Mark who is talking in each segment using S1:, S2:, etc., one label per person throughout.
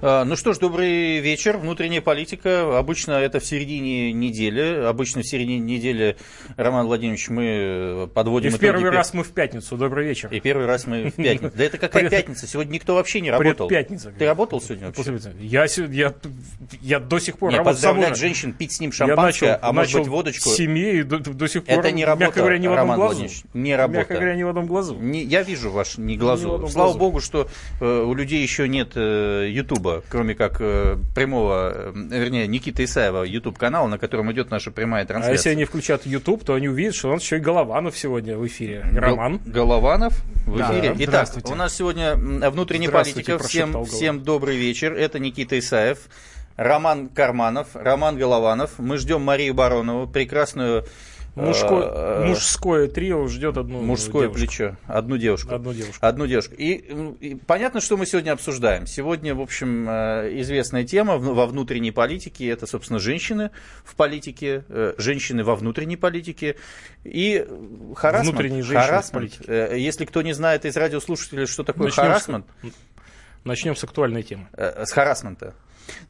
S1: Ну что ж, добрый вечер. Внутренняя политика. Обычно это в середине недели. Обычно в середине недели, Роман Владимирович, мы э, подводим
S2: И в
S1: итоги
S2: первый
S1: пя-
S2: раз мы в пятницу. Добрый вечер.
S1: И первый раз мы в пятницу. Да это какая
S2: Пред-
S1: пятница? Сегодня никто вообще не работал.
S2: Предпятница.
S1: Ты работал сегодня вообще?
S2: Я, се- я, я до сих пор
S1: Не,
S2: работаю с собой.
S1: поздравлять женщин, пить с ним
S2: Я
S1: шампанское,
S2: начал-
S1: а может
S2: начал
S1: быть водочку.
S2: с семьи и до, до сих пор,
S1: Это не работа,
S2: мягко говоря, не в одном
S1: Роман
S2: глазу.
S1: Владимирович. Не
S2: Мягко говоря,
S1: работа.
S2: не в одном глазу.
S1: Не- я вижу ваш не
S2: Не в
S1: глазу.
S2: одном
S1: Слава
S2: глазу.
S1: богу, что э, у людей еще нет э, Ютуба, кроме как э, прямого, э, вернее, Никиты Исаева Ютуб канала, на котором идет наша прямая
S2: А если
S1: трансляция.
S2: они включат YouTube, то они увидят, что у нас еще и Голованов сегодня в эфире. Роман.
S1: Гол- Голованов в
S2: Да.
S1: эфире. Итак,
S3: Здравствуйте.
S1: у нас сегодня м, внутренняя
S2: Здравствуйте,
S1: политика. Всем,
S2: прошептал
S1: всем добрый вечер. Это Никита Исаев, Роман Карманов, Роман Голованов. Мы ждем Марию Баронову, прекрасную э,
S2: Мужко- мужское трио ждет одну
S1: мужское
S2: девушку.
S1: плечо. А- Одну девушку.
S2: Одну девушку.
S1: Одну девушку. И, м, и понятно, что мы сегодня обсуждаем. Сегодня, в общем, э, известная тема в- во внутренней политике. Это, собственно, женщины в политике, э, женщины во внутренней политике. И э, харассмент.
S2: Внутренние женщины в
S1: Харассмент.
S2: политике.
S1: Э, Если кто не знает из радиослушателей, что такое
S2: Начнем с-
S1: харассмент,
S2: Начнем с актуальной темы.
S1: э, с харасмента.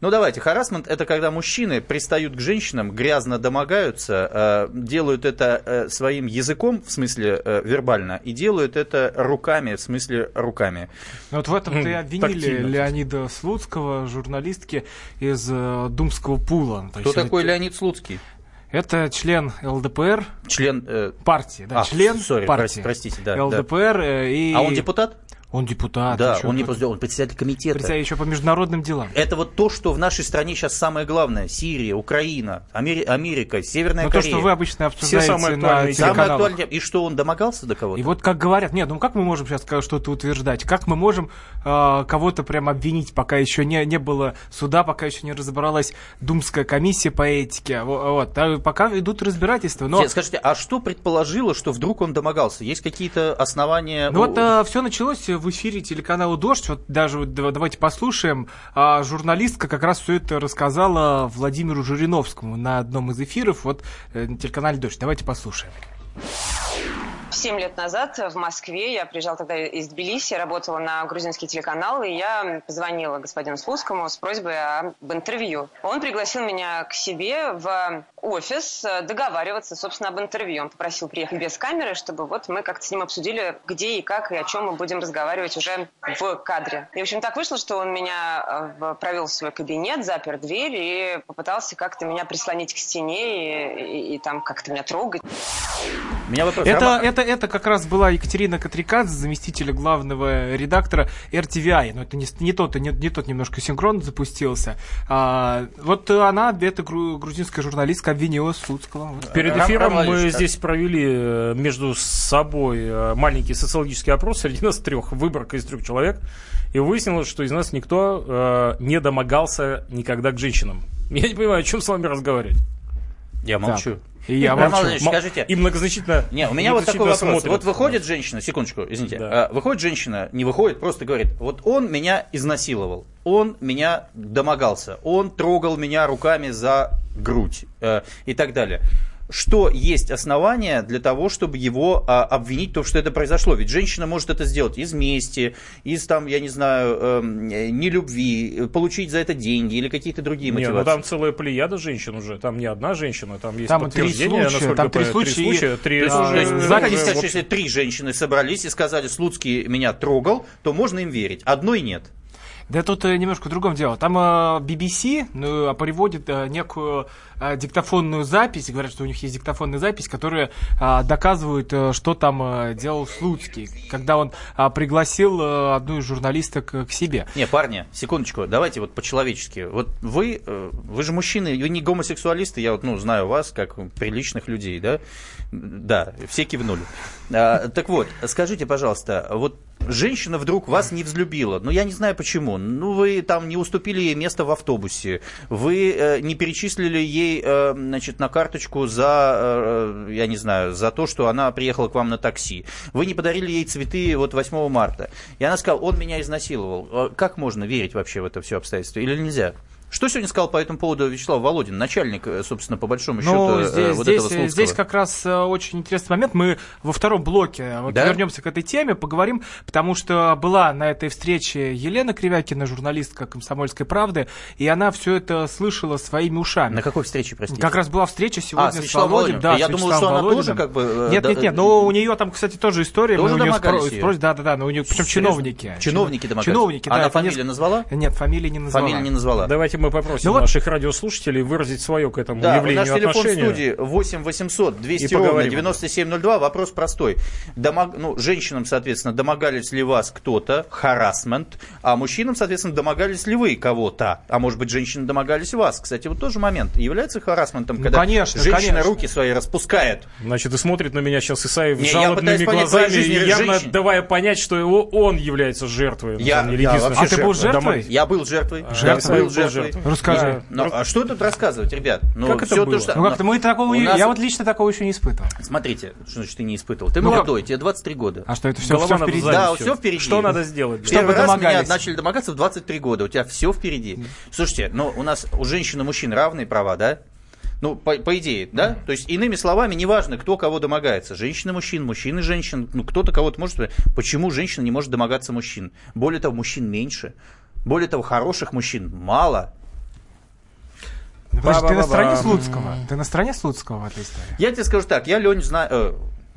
S1: Ну давайте, харасмент это когда мужчины пристают к женщинам, грязно домогаются, э, делают это э, своим языком, в смысле э, вербально, и делают это руками, в смысле руками.
S3: Ну вот в этом ты
S1: Хм,
S2: М,
S3: обвинили
S2: тактильно.
S3: Леонида Слуцкого, журналистки из э, Думского пула. То
S1: Кто
S3: есть
S1: такой
S3: это,
S1: Леонид Слуцкий?
S3: Это член ЛДПР
S1: Член... э,
S3: партии, да,
S1: а,
S3: член
S1: сори,
S3: партии.
S1: прости- простите, да. да.
S3: ЛДПр э, и...
S1: А он депутат?
S3: Он депутат.
S1: да,
S3: ты чё,
S1: он не Э,
S3: как-
S1: просто- он председатель комитета.
S3: Представь, еще по международным делам.
S1: Это вот то, что в нашей стране сейчас самое главное. Сирия, Украина, Амери- Америка, Северная
S3: Ну, то,
S1: Корея.
S3: что вы обычно обсуждаете
S2: самые
S3: на
S2: актуальные темы.
S1: Самое
S3: телеканалах.
S1: актуальное. И что, он домогался до кого-то?
S3: И вот как говорят, нет, ну как мы можем сейчас ка- что-то утверждать? Как мы можем э, кого-то прям обвинить, пока еще не, не было суда, пока еще не разобралась Думская комиссия по этике? Во- Вот, а пока идут разбирательства. Но,
S1: Нет, Скажите, а что предположило, что вдруг он домогался? Есть какие-то основания?
S3: ну
S1: у-
S3: вот все началось в эфире телеканала «Дождь». Вот даже вот да- давайте послушаем. А, журналистка как раз все это рассказала Владимиру Жириновскому на одном из эфиров вот э, на телеканале «Дождь». Давайте послушаем.
S4: Семь лет назад в Москве, я приезжала тогда из Тбилиси, работала на грузинский телеканал, и я позвонила господину Слуцкому с просьбой об интервью. Он пригласил меня к себе в офис э, договариваться, собственно, об интервью. Он попросил приехать без камеры, чтобы вот мы как-то с ним обсудили, где и как, и о чем мы будем разговаривать уже в кадре. И, в общем, так вышло, что он меня э, в- провел в свой кабинет, запер дверь и попытался как-то меня прислонить к стене и- и- и там как-то меня трогать.
S1: У меня вопрос.
S3: Это,
S1: Роман,
S3: это, это как раз была Екатерина Катрикадзе, заместитель главного редактора RTVI. Но Ну, это не, с- не тот, не, не тот немножко синхрон запустился. А, вот она, эта гру- грузинская журналистка, обвинила Слуцкого. Вот.
S2: Перед
S1: Рам-
S2: эфиром
S1: Роман
S2: мы
S1: Владимирович, как?
S2: здесь провели э, между собой э, маленький социологический опрос среди нас трех, выборка из трех человек, и выяснилось, что из нас никто э, не домогался никогда к женщинам. Я не понимаю, о чем с вами разговаривать.
S1: Я молчу.
S3: И я
S1: Роман
S3: молчу.
S1: Владимирович,
S2: Мо-
S1: скажите.
S2: И многозначительно...
S1: Не, у меня вот такой
S2: многозначительно
S1: вопрос. Вот
S2: смотрят.
S1: выходит женщина, секундочку, извините,
S2: Да.
S1: А, выходит женщина, не выходит, просто говорит, вот он меня изнасиловал, он меня домогался, он трогал меня руками за грудь э, и так далее. Что есть основания для того, чтобы его а, обвинить в том, что это произошло? Ведь женщина может это сделать из мести, из там, я не знаю, эм, э, нелюбви, э, получить за это деньги или какие-то другие
S2: Не,
S1: мотивации.
S2: ну там целая плеяда женщин уже, там не одна женщина, там есть
S3: Там три
S2: подтверждение,
S3: случая,
S2: насколько
S3: там три
S2: я понимаю,
S3: случая, и-
S2: три
S1: То есть,
S3: Да,
S1: то есть,
S3: э,
S1: вы
S2: уже-
S3: да,
S1: хотите
S2: уже,
S1: сказать,
S2: А, в
S1: что ну, если три женщины собрались и сказали, Слуцкий меня трогал, то можно им верить. Одной нет.
S3: Да тут э, немножко в другом дело. Там э, BBC ну, приводит э, некую э, диктофонную запись, говорят, что у них есть диктофонная запись, которая э, доказывает, э, что там э, делал Слуцкий, когда он э, пригласил э, одну из журналисток э, к себе.
S1: Не, парни, секундочку, давайте вот по-человечески. Вот вы, э, вы же мужчины, вы не гомосексуалисты, я вот, ну, знаю вас как приличных людей, да? Да, все кивнули. А, так вот, скажите, пожалуйста, вот женщина вдруг вас не взлюбила, ну, я не знаю почему, ну, вы там не уступили ей место в автобусе, вы э, не перечислили ей, э, значит, на карточку за, э, я не знаю, за то, что она приехала к вам на такси, вы не подарили ей цветы вот 8 марта, и она сказала, он меня изнасиловал. Э, Как можно верить вообще в это все обстоятельство? Или нельзя? Что сегодня сказал по этому поводу Вячеслав Володин, начальник, э, собственно, по большому счету
S3: Ну,
S1: э,
S3: здесь,
S1: вот
S3: здесь, э,
S1: этого Слуцкого?
S3: здесь как раз э, очень интересный момент. Мы во втором блоке э, вот
S1: Да?
S3: вернемся к этой теме, поговорим, потому что была на этой встрече Елена Кривякина, журналистка «Комсомольской правды», и она все это слышала своими
S1: На
S3: ушами.
S1: какой встрече, простите?
S3: Как раз была встреча сегодня
S1: А, с
S3: с
S1: Вячеславом
S3: Володей,
S1: Володиным.
S3: да,
S1: Я
S3: с
S1: думал,
S3: Вячеславом
S1: что она
S3: Володиным.
S1: тоже как бы, э,
S3: Нет,
S1: да-
S3: нет, нет, но у нее там, кстати, тоже история.
S1: Тоже
S3: мы у нее
S1: домогались ее?
S3: да, да, да, но у нее, причем
S1: Серьезно?
S3: чиновники.
S1: Чиновники домогаются.
S3: Чиновники, да.
S1: Она
S3: это
S1: фамилию
S3: несколько-
S1: назвала?
S3: Нет, фамилии не назвала.
S1: Фамилию не назвала.
S2: Давайте мы попросим
S3: Ну вот-
S2: наших радиослушателей выразить свое к этому
S1: Да, у
S2: явлению
S1: наш телефон в
S2: отношение.
S1: студии 8 800 200
S2: И поговорим
S1: ровно
S2: об этом.
S1: 9702. Вопрос простой. Домог- ну, женщинам, соответственно, домогались ли вас кто-то, харасмент, а мужчинам, соответственно, домогались ли вы кого-то, а может быть, женщины домогались вас. Кстати, вот тоже момент. Является харасментом,
S3: Ну,
S1: когда
S3: конечно,
S1: женщина
S3: конечно.
S1: руки свои распускает.
S2: Значит, и смотрит на меня сейчас Исаев
S1: Не, я
S2: жалобными
S1: пытаюсь понять твои
S2: глазами, и
S1: жизненные
S2: явно
S1: женщины.
S2: давая понять, что его, он является жертвой. на
S1: Я-
S2: самом деле,
S1: я
S2: единственной.
S1: вообще
S3: А ты был жертвой?
S1: Я был жертвой.
S2: А,
S1: Я
S2: Исаев
S1: был жертвой.
S3: Расскажи.
S1: Ну, а что тут рассказывать, ребят? Ну,
S2: Как это
S1: всё
S2: было?
S1: То, что...
S3: Ну как-то мы такого,
S1: У
S3: не-
S1: нас-
S3: я вот лично такого еще не испытывал.
S1: Смотрите, что значит ты не испытывал. Ты
S3: Ну, как-
S1: молодой, тебе 23 года.
S3: А что это все,
S2: Голова
S3: все
S2: на
S3: впереди?
S2: базаре
S1: Да,
S2: всё.
S1: всё впереди.
S2: Что надо сделать?
S3: Что-
S1: Первый
S3: Чтобы
S1: раз меня
S3: домогались.
S1: начали домогаться в 23 года. У тебя все впереди. Слушайте, ну у нас у женщин и мужчин равные права, да? Ну, по, по идее, да? То есть, иными словами, неважно, кто кого домогается. Женщина мужчин, мужчины женщин. Ну, кто-то кого-то может... Почему женщина не может домогаться мужчин? Более того, мужчин меньше. Более того, хороших мужчин мало.
S3: Ну, подожди, ты на стороне
S2: Ба-ба-ба-бам.
S3: Слуцкого? Ты на стороне Слуцкого в этой истории?
S1: Я тебе скажу так, я Лень знаю... э,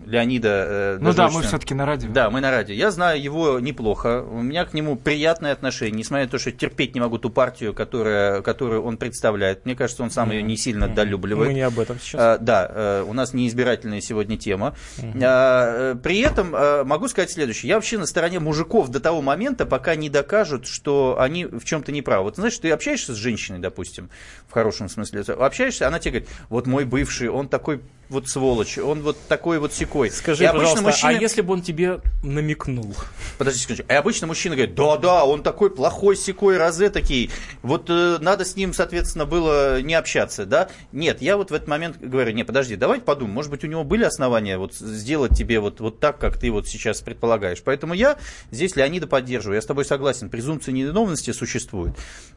S1: Леонида... э,
S3: Ну да, мы
S1: Дождевична.
S3: все-таки на радио.
S1: Да, мы на радио. Я знаю его неплохо. У меня к нему приятное отношение, несмотря на то, что терпеть не могу ту партию, которая, которую он представляет. Мне кажется, он сам ее не сильно долюбливает.
S2: Мы не об этом сейчас.
S1: А, да, э, у нас неизбирательная сегодня тема. А, э, при этом э, могу сказать следующее. Я вообще на стороне мужиков до того момента, пока не докажут, что они в чем-то не правы. Вот знаешь, ты общаешься с женщиной, допустим, в хорошем смысле, общаешься, она тебе говорит, вот мой бывший, он такой вот сволочь, он вот такой вот секой.
S2: Скажи,
S1: И обычно
S2: пожалуйста, а
S1: мужчины-
S2: если бы он тебе намекнул?
S1: Подожди секундочку. И обычно мужчина говорит, да-да, он такой плохой, секой, розе такие. Вот э, надо с ним, соответственно, было не общаться, да? Нет, я вот в этот момент говорю, не, подожди, давай подумаем, может быть, у него были основания вот сделать тебе вот, вот так, как ты вот сейчас предполагаешь. Поэтому я здесь Леонида поддерживаю, я с тобой согласен, презумпция невиновности существует.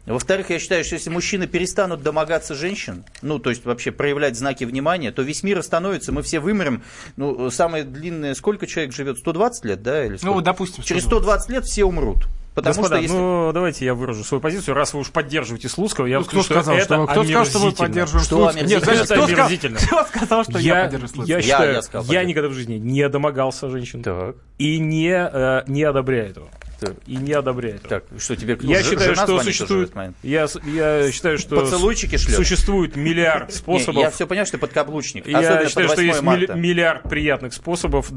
S1: Во-вторых, я считаю, что если мужчины перестанут домогаться женщин, ну, то есть вообще проявлять знаки внимания, то весь мир остановится, мы все вымрем. Ну, самое длинное, сколько человек живет? 120 лет, да? Или
S3: Ну,
S1: сколько?
S3: вот, допустим,
S1: Через
S3: что-
S1: 120 лет все умрут. Потому
S2: Господа,
S1: что если...
S2: ну давайте я выражу свою позицию. Раз вы уж поддерживаете Слуцкого, я
S3: Ну,
S2: вот
S3: кто
S2: скажу, что
S3: сказал,
S2: это
S3: что, кто сказал, что мы
S2: омерзительно.
S3: поддерживаем
S1: Что
S3: Слуцкого? Нет,
S1: омерзительно?
S3: знаешь,
S2: Это
S3: кто, сказал,
S2: омерзительно.
S3: кто сказал, что я,
S2: Я,
S3: поддерживаю Слуцкого?
S2: я
S1: Я-
S2: считаю,
S1: я сказал,
S2: я
S1: поддерживаю.
S2: никогда в жизни не домогался женщин и не, э, не одобряю этого.
S1: Так.
S2: И не одобряю этого.
S1: Так, что тебе... ну,
S2: Я
S1: ж-
S2: считаю,
S1: жена
S2: что
S1: звонит уже в
S2: существует,
S1: этот момент.
S2: я, с- я считаю, что
S1: Поцелуйчики шлет.
S2: существует миллиард
S1: Не,
S2: способов.
S1: я все понимаю, что ты подкаблучник.
S2: Я
S1: особенно
S2: считаю,
S1: под
S2: что
S1: 8
S2: есть милли-
S1: марта.
S2: миллиард приятных способов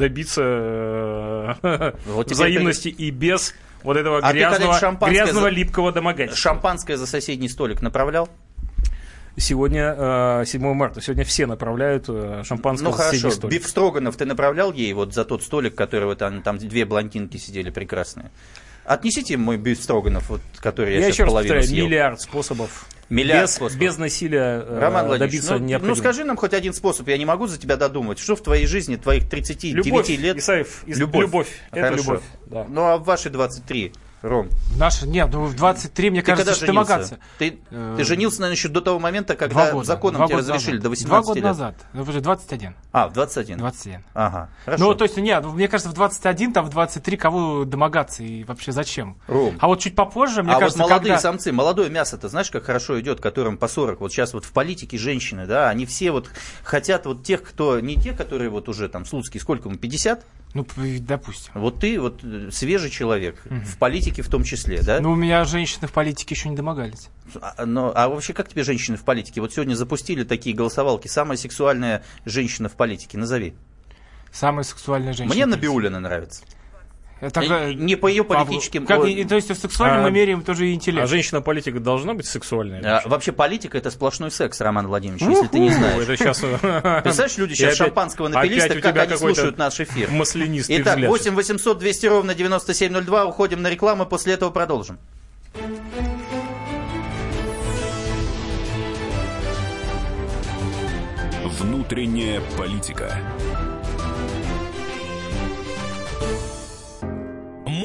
S2: добиться э,
S1: Вот теперь
S2: взаимности и без вот этого
S1: А ты когда-нибудь
S2: грязного,
S1: шампанское
S2: грязного
S1: за-
S2: липкого домогательства.
S1: Шампанское за соседний столик направлял?
S2: Сегодня э, 7 марта, сегодня все направляют э, шампанское
S1: Ну
S2: за соседний
S1: хорошо,
S2: столик.
S1: Биф Строганов ты направлял ей вот за тот столик, который вот там, там две блондинки сидели прекрасные? Отнесите мой биф Строганов, вот, который я,
S2: Я
S1: сейчас
S2: еще раз
S1: половину
S2: повторяю,
S1: съел.
S2: миллиард способов.
S1: Миллиард
S2: без,
S1: способов.
S2: без насилия э,
S1: Роман Владимирович,
S2: добиться
S1: ну, ну
S2: необходимого.
S1: скажи нам хоть один способ, я не могу за тебя додумать. Что в твоей жизни, твоих 39
S2: любовь,
S1: лет?
S2: Исаев, Ис-
S1: Любовь.
S2: Это
S1: Хорошо.
S2: любовь. да.
S1: Ну а в ваши 23, Ром,
S3: Наш, нет, ну в 23, мне
S1: Ты
S3: кажется,
S1: когда
S3: что
S1: женился?
S3: домогаться.
S1: Ты,
S3: Э,
S1: ты женился, наверное, еще до того момента,
S3: Два
S1: когда
S3: года.
S1: законом
S3: два
S1: тебе
S3: года
S1: разрешили
S3: назад.
S1: до 18
S3: Два года
S1: лет.
S3: назад. Ну, уже 21.
S1: А, в 21.
S3: 21.
S1: Ага, хорошо.
S3: Ну, то есть, нет, мне кажется, в 21, там в 23 кого домогаться и вообще зачем?
S1: Ром.
S3: А вот чуть попозже, мне
S1: а
S3: кажется,
S1: вот молодые
S3: когда...
S1: самцы, молодое мясо-то, знаешь, как хорошо идет, которым по 40. Вот сейчас вот в политике женщины, да, они все вот хотят вот тех, кто не те, которые вот уже там Слуцкий, сколько ему, 50?
S3: Ну, п- допустим.
S1: Вот ты вот э, свежий человек, в политике в том числе, да?
S3: Ну, у меня женщины в политике еще не домогались.
S1: А, но- а вообще, как тебе женщины в политике? Вот сегодня запустили такие голосовалки. Самая сексуальная женщина в политике, назови.
S3: Самая сексуальная женщина.
S1: Мне Набиулина нравится.
S3: Это,
S1: Э, не по ее политическим...
S3: Как,
S1: о,
S3: и- то есть в сексуальном
S2: А-
S3: мы меряем тоже и интеллект.
S2: А женщина-политика должна быть сексуальной?
S1: А, Вообще политика это сплошной секс, Роман Владимирович, если ты не
S2: Ой,
S1: знаешь.
S2: это сейчас...
S1: Представляешь, люди сейчас
S2: опять-
S1: шампанского напились,
S2: опять
S1: так
S2: у
S1: как
S2: тебя
S1: они
S2: какой-то
S1: слушают наш эфир.
S2: Маслянистый
S1: Итак,
S2: взгляд.
S1: 8 800 200 ровно 9702, уходим на рекламу, после этого продолжим.
S5: Внутренняя политика.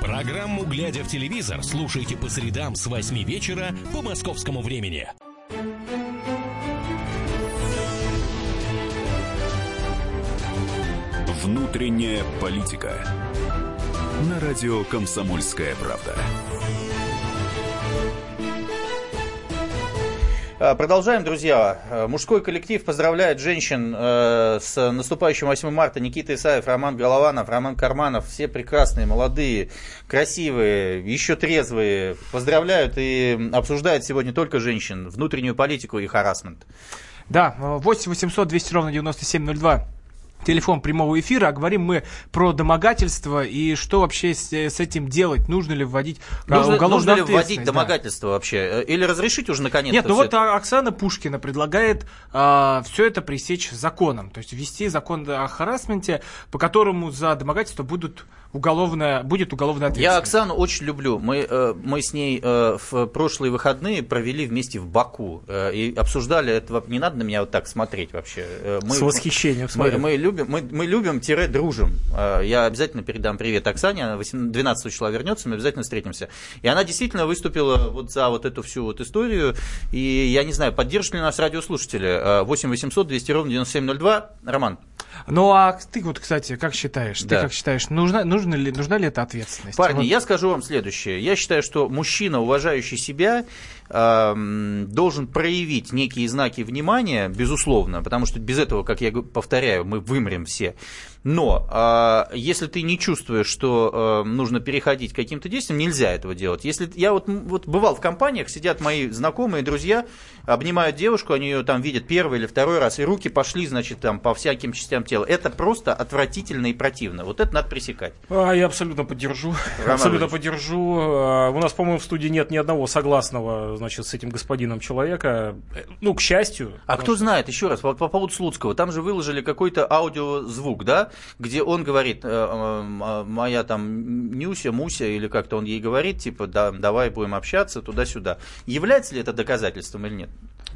S6: Программу «Глядя в телевизор» слушайте по средам с 8 вечера по московскому времени.
S5: Внутренняя политика. На радио «Комсомольская правда».
S1: А, Продолжаем, друзья. Э, Мужской коллектив поздравляет женщин э, с наступающим 8 марта. Никита Исаев, Роман Голованов, Роман Карманов. Все прекрасные, молодые, красивые, еще трезвые. Поздравляют и обсуждают сегодня только женщин, внутреннюю политику и харасмент.
S3: Да, э, 8 800 200 ровно 9702. Телефон прямого эфира, а говорим мы про домогательство и что вообще с, э, с этим делать, нужно ли вводить а,
S1: нужно,
S3: уголовную
S1: нужно ли вводить
S3: ответственность, да.
S1: домогательство вообще? Э, Или разрешить уже наконец-то?
S3: Нет, ну
S1: всё
S3: вот
S1: это?
S3: а, Оксана Пушкина предлагает все это пресечь законом, то есть ввести закон о харасменте, по которому за домогательство будут уголовная, будет уголовная
S1: Я
S3: ответственность.
S1: Оксану очень люблю. Мы, э, мы с ней э, в прошлые выходные провели вместе в Баку э, и обсуждали это. воп- Не надо на меня вот так смотреть вообще. Э, мы-
S2: С восхищением
S1: Мы,
S2: смотрю.
S1: мы любим, мы, мы любим тире дружим. Э, Я обязательно передам привет Оксане, она 18 12 числа вернется, мы обязательно встретимся. И она действительно выступила вот за вот эту всю вот историю. И я не знаю, поддержат ли нас радиослушатели. Э, 8 800 200 ровно 9702. Роман,
S3: Ну а ты вот, кстати, как считаешь?
S1: Да.
S3: Ты как считаешь, нужна, нужна, ли, нужна ли эта ответственность?
S1: Парни,
S3: Вот.
S1: я скажу вам следующее. Я считаю, что мужчина, уважающий себя, эм, должен проявить некие знаки внимания, безусловно, потому что без этого, как я г- повторяю, мы вымрем все. Но а, если ты не чувствуешь, что эм, нужно переходить к каким-то действиям, нельзя этого делать. Если я вот, м, вот бывал в компаниях, сидят мои знакомые, друзья, обнимают девушку, они ее там видят первый или второй раз, и руки пошли, значит, там по всяким частям тела. Это просто отвратительно и противно. Вот это надо пресекать.
S2: А, я абсолютно поддержу.
S1: Роман
S2: абсолютно
S1: Ильич.
S2: поддержу. А, У нас, по-моему, в студии нет ни одного согласного, значит, с этим господином человека. Э, Ну, к счастью.
S1: А кто знает, еще раз, по, по поводу Слуцкого, там же выложили какой-то аудиозвук, да, где он говорит, э, э, м- моя там Нюся, Муся, или как-то он ей говорит, типа, да, давай будем общаться туда-сюда. Является ли это доказательством или нет?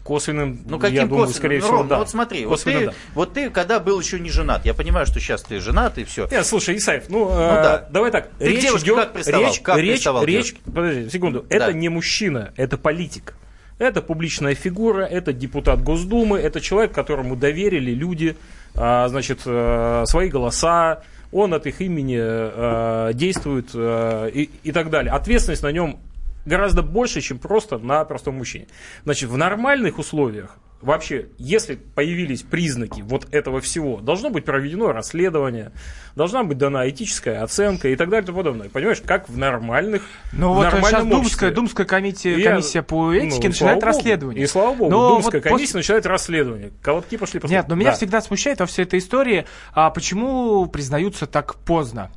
S2: Косвенным,
S1: Ну, каким
S2: я думаю,
S1: косвенным?
S2: скорее
S1: Ну,
S2: всего,
S1: ровно,
S2: да.
S1: вот смотри, вот
S2: Косвенно,
S1: ты,
S2: да.
S1: вот ты, когда был еще не женат, я понимаю, что сейчас ты женат и все.
S2: Нет, слушай, Исаев, ну, э,
S1: да.
S2: давай так.
S1: Ты к девушке
S2: идет-
S1: как приставал?
S2: Речь,
S1: Как
S2: речь,
S1: приставал к
S2: речь,
S1: девушке?
S2: подожди, секунду.
S1: Да.
S2: Это не мужчина, это политик. Это публичная фигура, это депутат Госдумы, это человек, которому доверили люди, а, значит, э, свои голоса, он от их имени э, действует э, и, и так далее. Ответственность на нем гораздо больше, чем просто на простом мужчине. Значит, в нормальных условиях вообще, если появились признаки вот этого всего, должно быть проведено расследование, должна быть дана этическая оценка и так далее и тому подобное. Понимаешь, как в нормальных
S3: Ну
S2: в
S3: вот
S2: нормальном
S3: сейчас
S2: обществе.
S3: Думская, Думская комиссия,
S2: Я-
S3: комиссия по этике
S2: Ну, и слава
S3: начинает
S2: богу.
S3: расследование.
S2: И слава богу,
S3: Но
S2: Думская
S3: вот
S2: комиссия
S3: после-
S2: начинает расследование. Колобки пошли посмотреть.
S3: Нет, но меня
S2: Да.
S3: всегда смущает во всей этой истории, а почему признаются так поздно?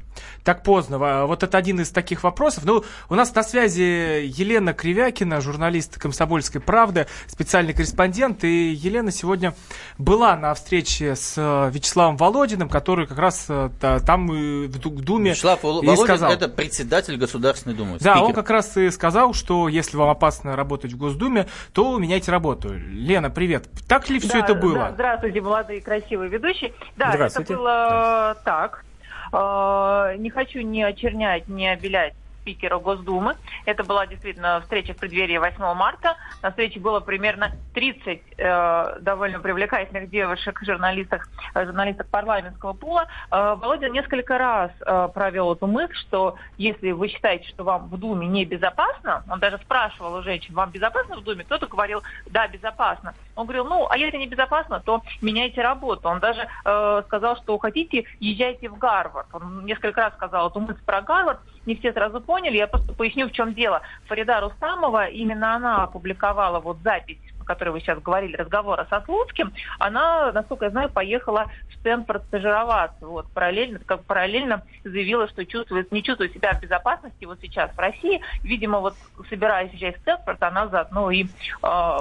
S3: Так поздно. Во- Вот это один из таких вопросов. Ну, у нас на связи Елена Кривякина, журналист «Комсомольской правды», специальный корреспондент. И Елена сегодня была на встрече с э, Вячеславом Володиным, который как раз э, та- там э, в Ду- в Думе
S1: Вячеслав Вол-
S3: и
S1: Володин
S3: сказал.
S1: это председатель Государственной Думы.
S3: Да,
S1: спикер.
S3: он как раз и сказал, что если вам опасно работать в Госдуме, то меняйте работу. Лена, привет. Так ли все
S7: Да,
S3: это
S7: да,
S3: было?
S7: здравствуйте, молодые красивые ведущие. Да,
S2: Здравствуйте.
S7: это было так. Э, Не хочу ни очернять, ни обелять спикера Госдумы. Это была действительно встреча в преддверии 8 марта. На встрече было примерно 30 э, довольно привлекательных девушек, журналистов, э, журналисток парламентского пула. Э, Володя несколько раз э, провел эту мысль, что если вы считаете, что вам в Думе небезопасно, он даже спрашивал у женщин, вам безопасно в Думе? Кто-то говорил, да, безопасно. Он говорил, ну, а если небезопасно, то меняйте работу. Он даже э, сказал, что хотите, езжайте в Гарвард. Он несколько раз сказал эту мысль про Гарвард. Не все сразу поняли, я просто поясню, в чем дело. Фарида Рустамова, именно она опубликовала вот запись которой вы сейчас говорили, разговора со Слуцким, она, насколько я знаю, поехала в Стэнфорд стажироваться. Вот, параллельно, как параллельно заявила, что чувствует, не чувствует себя в безопасности вот сейчас в России. Видимо, вот собираясь сейчас в Стэнфорд, она заодно и э,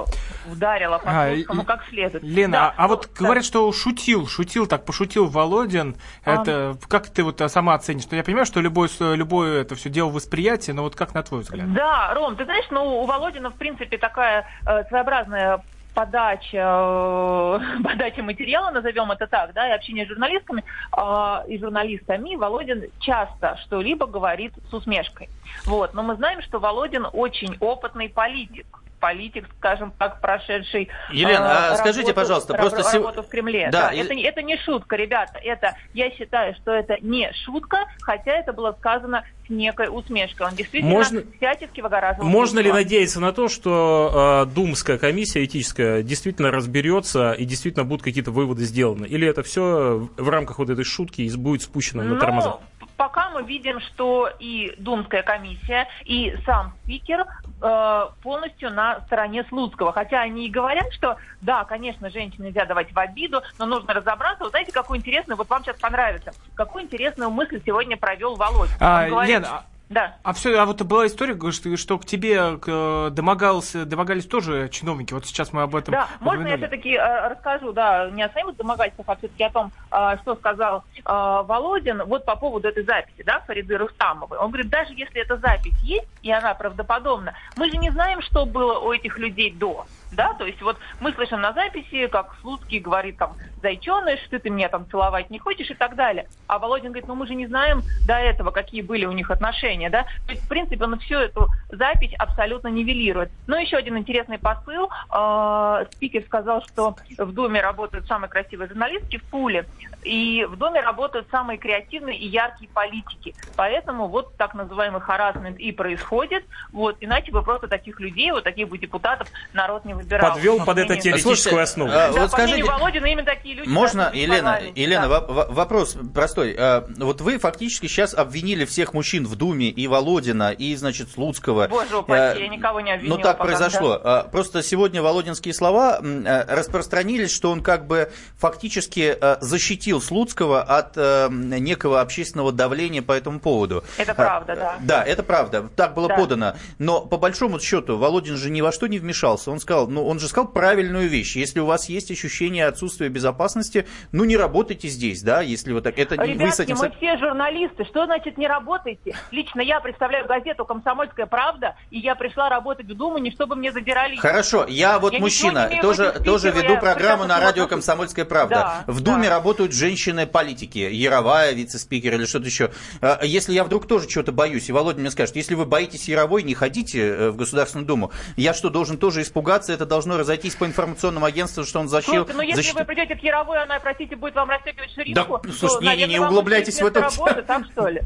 S7: ударила по
S3: А,
S7: Слуцкому
S3: и-
S7: как следует.
S3: Лена,
S7: Да,
S3: а- а вот
S7: да.
S3: говорят, что шутил, шутил, так пошутил Володин.
S7: А.
S3: Это как ты вот а, сама оценишь? Я понимаю, что любое, с- любое это все дело восприятия, но вот как на твой взгляд?
S7: Да, Ром, ты знаешь, ну у Володина в принципе такая э, своеобразная подача, э, подача материала, назовем это так, да, и общение с журналистками а, и журналистами. Володин часто что-либо говорит с усмешкой. Вот, но мы знаем, что Володин очень опытный политик политик, скажем так, прошедший.
S1: Елена, а скажите,
S7: работу-
S1: пожалуйста,
S7: раб-
S1: просто сего-
S7: работу в Кремле.
S1: Да,
S7: Да,
S1: и-
S7: это, не- это не шутка, ребята. Это я считаю, что это не шутка, хотя это было сказано с некой усмешкой. Он действительно
S2: Можно-
S7: всячески выгораживал.
S2: Можно ли
S7: Москву.
S2: надеяться на то, что э, Думская комиссия этическая действительно разберется и действительно будут какие-то выводы сделаны? Или это все в рамках вот этой шутки и будет спущено на
S7: Ну,
S2: тормозах?
S7: п- Пока мы видим, что и Думская комиссия, и сам спикер э, полностью на стороне Слуцкого. Хотя они и говорят, что да, конечно, женщин нельзя давать в обиду, но нужно разобраться. Вот знаете, какую интересную, вот вам сейчас понравится, какую интересную мысль сегодня провел Володь.
S3: А,
S7: Он говорит-
S3: Лен, а-
S7: Да.
S3: А все, а вот была история, говоришь, что, что к тебе к, домогался, домогались тоже чиновники. Вот сейчас мы об этом
S7: Да, можно я
S3: упомянули.
S7: все-таки э, расскажу, да, не о самих домогательствах, а все-таки о том, э, что сказал э, Володин, вот по поводу этой записи, да, Фариды Рустамовой. Он говорит, даже если эта запись есть, и она правдоподобна, мы же не знаем, что было у этих людей до. Да, то есть вот мы слышим на записи, как Слуцкий говорит там, зайченыш, ты, ты меня там целовать не хочешь и так далее. А Володин говорит, ну мы же не знаем до этого, какие были у них отношения, да. То есть, в принципе, он всю эту запись абсолютно нивелирует. Но еще один интересный посыл. Э, Спикер сказал, что в Думе работают самые красивые журналистки в пуле, и в Думе работают самые креативные и яркие политики. Поэтому вот так называемый харасмент и происходит. Вот, иначе бы просто таких людей, вот таких бы депутатов народ не выбирал.
S2: Подвел
S7: По
S2: под это
S7: мнению-
S2: теоретическую
S1: Ну, Слушайте,
S2: основу.
S1: а,
S7: Да,
S1: вот
S7: по
S1: скажите,
S7: мнению Володина, именно такие люди.
S1: Можно,
S7: должны быть в
S1: Елена,
S7: парламенте.
S1: Елена,
S7: Да.
S1: во- во- вопрос простой. А, Вот вы фактически сейчас обвинили всех мужчин в Думе, и Володина, и, значит, Слуцкого.
S7: Боже
S1: А,
S7: упаси, я никого не обвинила.
S1: Ну так
S7: пока,
S1: произошло. А, Просто сегодня Володинские слова м, э, распространились, что он как бы фактически э, защитил Слуцкого от э, м, некого общественного давления по этому поводу.
S7: Это
S1: А,
S7: правда, да.
S1: Да, это правда. Так было
S7: Да.
S1: подано. Но по большому счету Володин же ни во что не вмешался. Он сказал, ну он же сказал правильную вещь. Если у вас есть ощущение отсутствия безопасности, ну не работайте здесь, да, если вот так. Это не- вы с
S7: Ребятки,
S1: этим...
S7: мы
S1: со-
S7: все журналисты. Что значит не работаете? Лично я представляю газету «Комсомольская правда», и я пришла работать в Думу, не чтобы мне задирали.
S1: Хорошо, я вот
S7: Я ничего
S1: мужчина,
S7: не имею
S1: тоже,
S7: против
S1: тоже
S7: Питера,
S1: веду
S7: я
S1: программу на
S7: прекрасно
S1: радио
S7: отношусь.
S1: «Комсомольская правда».
S7: Да,
S1: в
S7: да.
S1: Думе работают женщины-политики, Яровая, вице-спикер или что-то еще. А, Если я вдруг тоже чего-то боюсь, и Володя мне скажет, если вы боитесь Яровой, не ходите э, в Государственную Думу, я что, должен тоже испугаться? Это должно разойтись по информационному агентству, что он защитил...
S7: Слушайте, ну если
S1: защитил-
S7: вы придете к Яровой, она, простите, будет вам расстегивать ширинку.
S1: Да,
S7: то,
S1: слушай, не-не-не,
S7: наверное, вам
S1: углубляйтесь
S7: будет
S1: в эту
S7: место работы, там, что ли?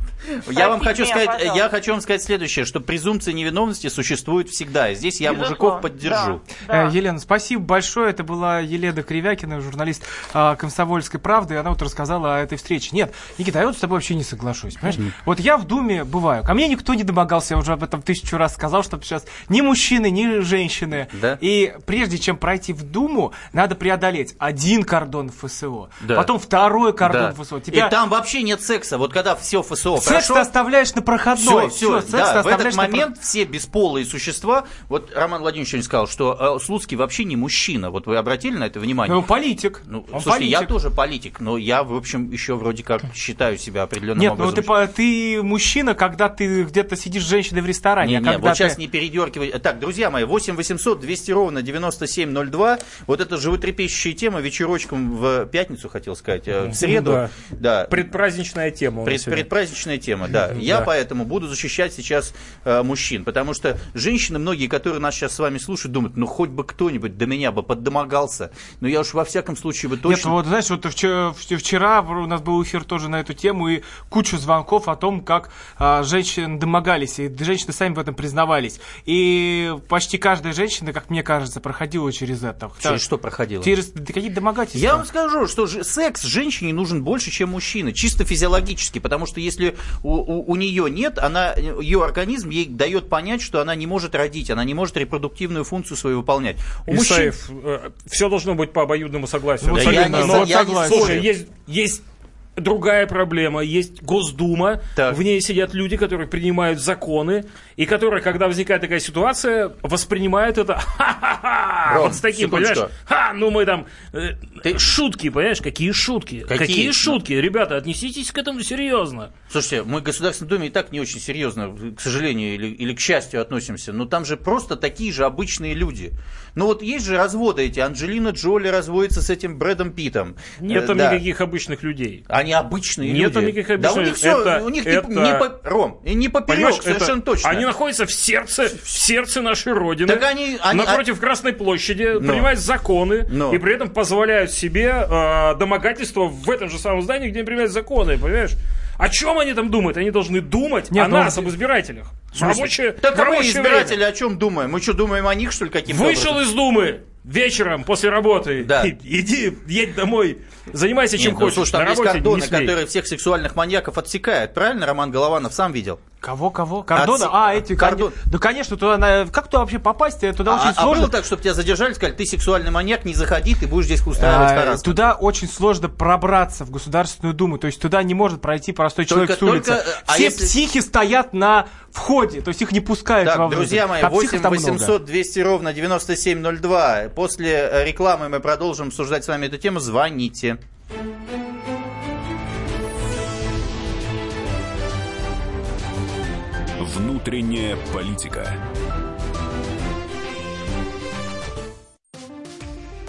S1: Я вам хочу
S7: Простите меня,
S1: сказать,
S7: пожалуйста.
S1: я хочу вам сказать следующее, что презумпция невиновности существует всегда, и здесь я мужиков
S7: Безусловно.
S1: поддержу.
S7: Да,
S3: Э,
S7: да.
S3: Елена, спасибо большое. Это была Елена Кривякина, журналист а, «Комсомольской правды», и она вот рассказала о этой встрече. Нет, Никита, я вот с тобой вообще не соглашусь, понимаешь? Вот я в Думе бываю, ко мне никто не домогался, я уже об этом тысячу раз сказал, чтобы сейчас ни мужчины, ни женщины.
S1: Да.
S3: И прежде чем пройти в Думу, надо преодолеть один кордон ФСО,
S1: Да.
S3: потом второй
S1: Да.
S3: кордон ФСО. Тебя
S1: И там вообще нет секса. Вот когда все ФСО
S3: секс
S1: прошло-
S3: ты оставляешь на проходной.
S1: Все, все,
S3: секс ты
S1: да, в этот
S3: оставляешь на
S1: момент все бесполые существа, вот Роман Владимирович сегодня сказал, что э, Слуцкий вообще не мужчина, вот вы обратили на это
S3: про- Ну,
S1: внимание?
S3: политик.
S1: Ну,
S3: Он
S1: слушайте, я
S3: политик.
S1: тоже политик, но я, в общем, еще вроде как считаю себя определенным
S3: Нет, ну
S1: образом.
S3: ты, по- ты мужчина, когда ты где-то сидишь с женщиной в ресторане.
S1: Не,
S3: а
S1: не,
S3: когда
S1: вот сейчас
S3: ты-
S1: не передергивай. Так, друзья мои, 8 800 200 ровно 9702. Вот это животрепещущая тема вечерочком в пятницу, хотел сказать, э, в среду.
S2: да.
S1: Да.
S2: Предпраздничная тема. у нас
S1: Пред-
S2: сегодня.
S1: предпраздничная тема, да.
S2: Мгм,
S1: Я
S2: да.
S1: поэтому буду защищать сейчас э, мужчин, потому что женщины, многие, которые нас сейчас с вами слушают, думают, ну хоть бы кто-нибудь до меня бы поддомогался, но я уж во всяком случае бы
S3: Нет,
S1: точно...
S3: вот знаешь, вот вчера, э, в- вчера у нас был эфир тоже на эту тему и кучу звонков о том, как э, женщин домогались, и женщины сами в этом признавались. И почти каждая женщина, как мне кажется, проходила через это.
S1: Через что проходило?
S3: Через да какие домогательства.
S1: Я вам скажу, что же- секс женщине нужен больше, чем мужчина, чисто физиологически, потому что если у, у- у нее нет, она, ее организм ей дает понять, что она не может родить, она не может репродуктивную функцию свою выполнять. У мужчин-
S2: Исаев, ну все должно быть по обоюдному согласию.
S3: Вот
S1: Да я
S3: абсолютно,
S1: не
S3: но
S1: за-
S3: вот
S1: я не
S3: согласен.
S1: спорю.
S2: Слушай, есть, есть другая проблема. Есть Госдума,
S1: Так.
S2: в ней сидят люди, которые принимают законы, и которые, когда возникает такая ситуация, воспринимают это ха-ха-ха,
S1: Ром,
S2: вот с таким,
S1: секундочку.
S2: понимаешь? Ха, ну мы там... э,
S1: Ты-
S2: Шутки, понимаешь? Какие шутки?
S1: Какие?
S2: шутки? Ребята, отнеситесь к этому серьезно.
S1: Слушайте, мы в Государственной Думе и так не очень серьезно, к сожалению или, или к счастью, относимся. Но там же просто такие же обычные люди. Ну вот есть же разводы эти. Анджелина Джоли разводится с этим Брэдом Питом.
S2: Нет
S1: Э,
S2: там
S1: да.
S2: никаких обычных людей.
S1: Они обычные
S2: Нет
S1: люди.
S2: там никаких
S1: Да у
S2: обычных-
S1: них все,
S2: это-
S1: у них не-
S2: это-
S1: не, по- Ром, и не
S2: Понимаешь,
S1: поперек,
S2: это-
S1: совершенно точно.
S2: Они находятся в сердце, в сердце нашей Родины.
S1: Так они- они- а
S2: напротив Красной площади,
S1: Но.
S2: принимают законы
S1: Но.
S2: и при этом позволяют себе э, домогательство в этом же самом здании, где они принимают законы, понимаешь? О чем они там думают? Они должны думать
S3: Нет,
S2: о
S3: ну,
S2: нас, об избирателях. В рабочее-
S1: так
S2: в
S1: а мы,
S2: рабочее
S1: избиратели,
S2: время.
S1: о чем думаем? Мы что, думаем о них, что ли, каким-то
S2: Вышел
S1: образом?
S2: из Думы вечером после работы.
S1: Да.
S2: и- Иди, едь домой, занимайся чем
S1: Нет, ну,
S2: хочешь.
S1: слушай, там
S2: на
S1: есть
S2: работе
S1: кордоны,
S2: не смей.
S1: которые всех сексуальных маньяков отсекают. Правильно Роман Голованов сам видел?
S3: Кого, кого? Кордона?
S1: Отсе-
S3: А, эти,
S1: Кордон.
S3: кони- Да, конечно, туда, на- как туда вообще попасть? Туда
S1: А,
S3: очень
S1: а
S3: сложно.
S1: было так, чтобы тебя задержали, сказали, ты сексуальный маньяк, не заходи, ты будешь здесь устраивать
S3: А,
S1: харасмент».
S3: Туда очень сложно пробраться в Государственную Думу. То есть туда не может пройти простой
S1: Только-
S3: человек с улицы.
S1: только, э, а
S3: Все
S1: если-
S3: психи стоят на входе, то есть их не пускают
S1: Так,
S3: во внутрь.
S1: друзья мои,
S3: А психов
S1: 8
S3: там много.
S1: 800 200 ровно 9702. После э, рекламы мы продолжим обсуждать с вами эту тему. Звоните.
S5: Внутренняя политика.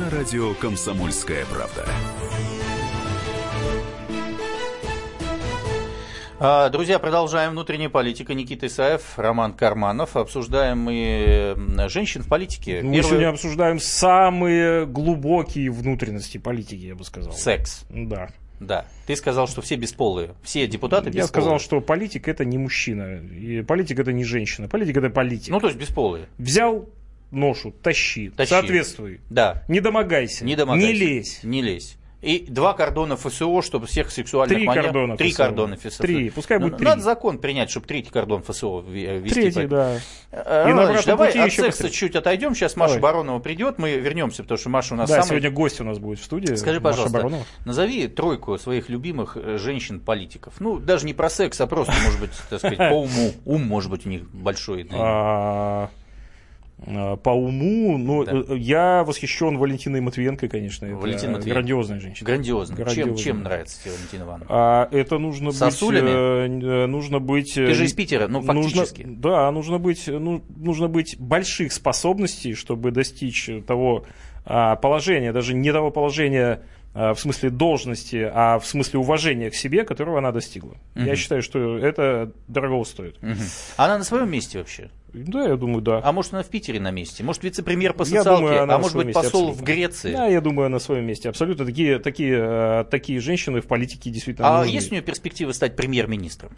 S5: На радио «Комсомольская правда».
S1: А, Друзья, продолжаем «Внутренняя политика». Никита Исаев, Роман Карманов. Обсуждаем мы э, женщин в политике.
S3: Ну,
S2: Мы
S1: Первый-
S2: сегодня обсуждаем самые глубокие внутренности политики, я бы сказал.
S1: Секс,
S2: Да.
S1: да. Ты сказал, что все бесполые. Все депутаты бесполые.
S2: Я сказал, что политик это не мужчина, и политик это не женщина, политик это политик.
S1: Ну, то есть бесполые,
S2: Взял ношу, тащи,
S1: Тащи.
S2: соответствуй,
S1: да.
S2: не домогайся,
S1: Не домогайся.
S2: не лезь.
S1: Не лезь. И два кордона ФСО, чтобы всех сексуальных
S2: Три
S1: маньяков-
S2: кордона
S1: Три
S2: ФСО.
S1: кордона ФСО.
S2: Три, пускай
S1: Ну,
S2: будет три.
S1: Надо закон принять, чтобы третий кордон ФСО ве- вести.
S2: Третий,
S1: поэтому-
S2: да.
S1: А,
S2: И на
S1: Иванович,
S2: обратном
S1: давай
S2: пути
S1: от
S2: еще
S1: секса
S2: быстрее.
S1: чуть отойдем. Сейчас Маша
S2: Давай.
S1: Баронова придет, мы вернемся, потому что Маша у нас
S2: да,
S1: самая-
S2: сегодня гость у нас будет в студии.
S1: Скажи,
S2: Маша
S1: пожалуйста,
S2: Баронова.
S1: назови тройку своих любимых э, женщин-политиков. Ну, даже не про секс, а просто, может быть, так сказать, по уму. Ум, может быть, у них большой. да.
S2: А, а, По уму, ну,
S1: Да.
S2: э, я восхищен Валентиной Матвиенко, конечно. это
S1: Валентина Матвиенко.
S2: Грандиозная женщина.
S1: Грандиозно. Чем,
S2: Грандиозно.
S1: чем нравится тебе Валентина Ивановна?
S2: А это нужно
S1: Сосулями?
S2: быть... э, э, Нужно быть... э,
S1: Ты же из Питера, ну, фактически.
S2: Нужно, да, нужно быть, ну, нужно быть больших способностей, чтобы достичь того а, положения, даже не того положения а, в смысле должности, а в смысле уважения к себе, которого она достигла.
S1: Мгм.
S2: Я считаю, что это дорого стоит.
S1: Мгм. Она на своем месте вообще?
S2: Да, я думаю, да.
S1: А может, она в Питере на месте? Может, вице-премьер по
S2: Я
S1: социалке?
S2: думаю, она
S1: а
S2: на
S1: может
S2: своем
S1: быть,
S2: месте
S1: посол в
S2: абсолютно.
S1: Греции?
S2: Да, я думаю, на своем месте. Абсолютно такие, такие, э, такие женщины в политике действительно
S1: а
S2: нужны.
S1: есть у нее перспектива стать премьер-министром?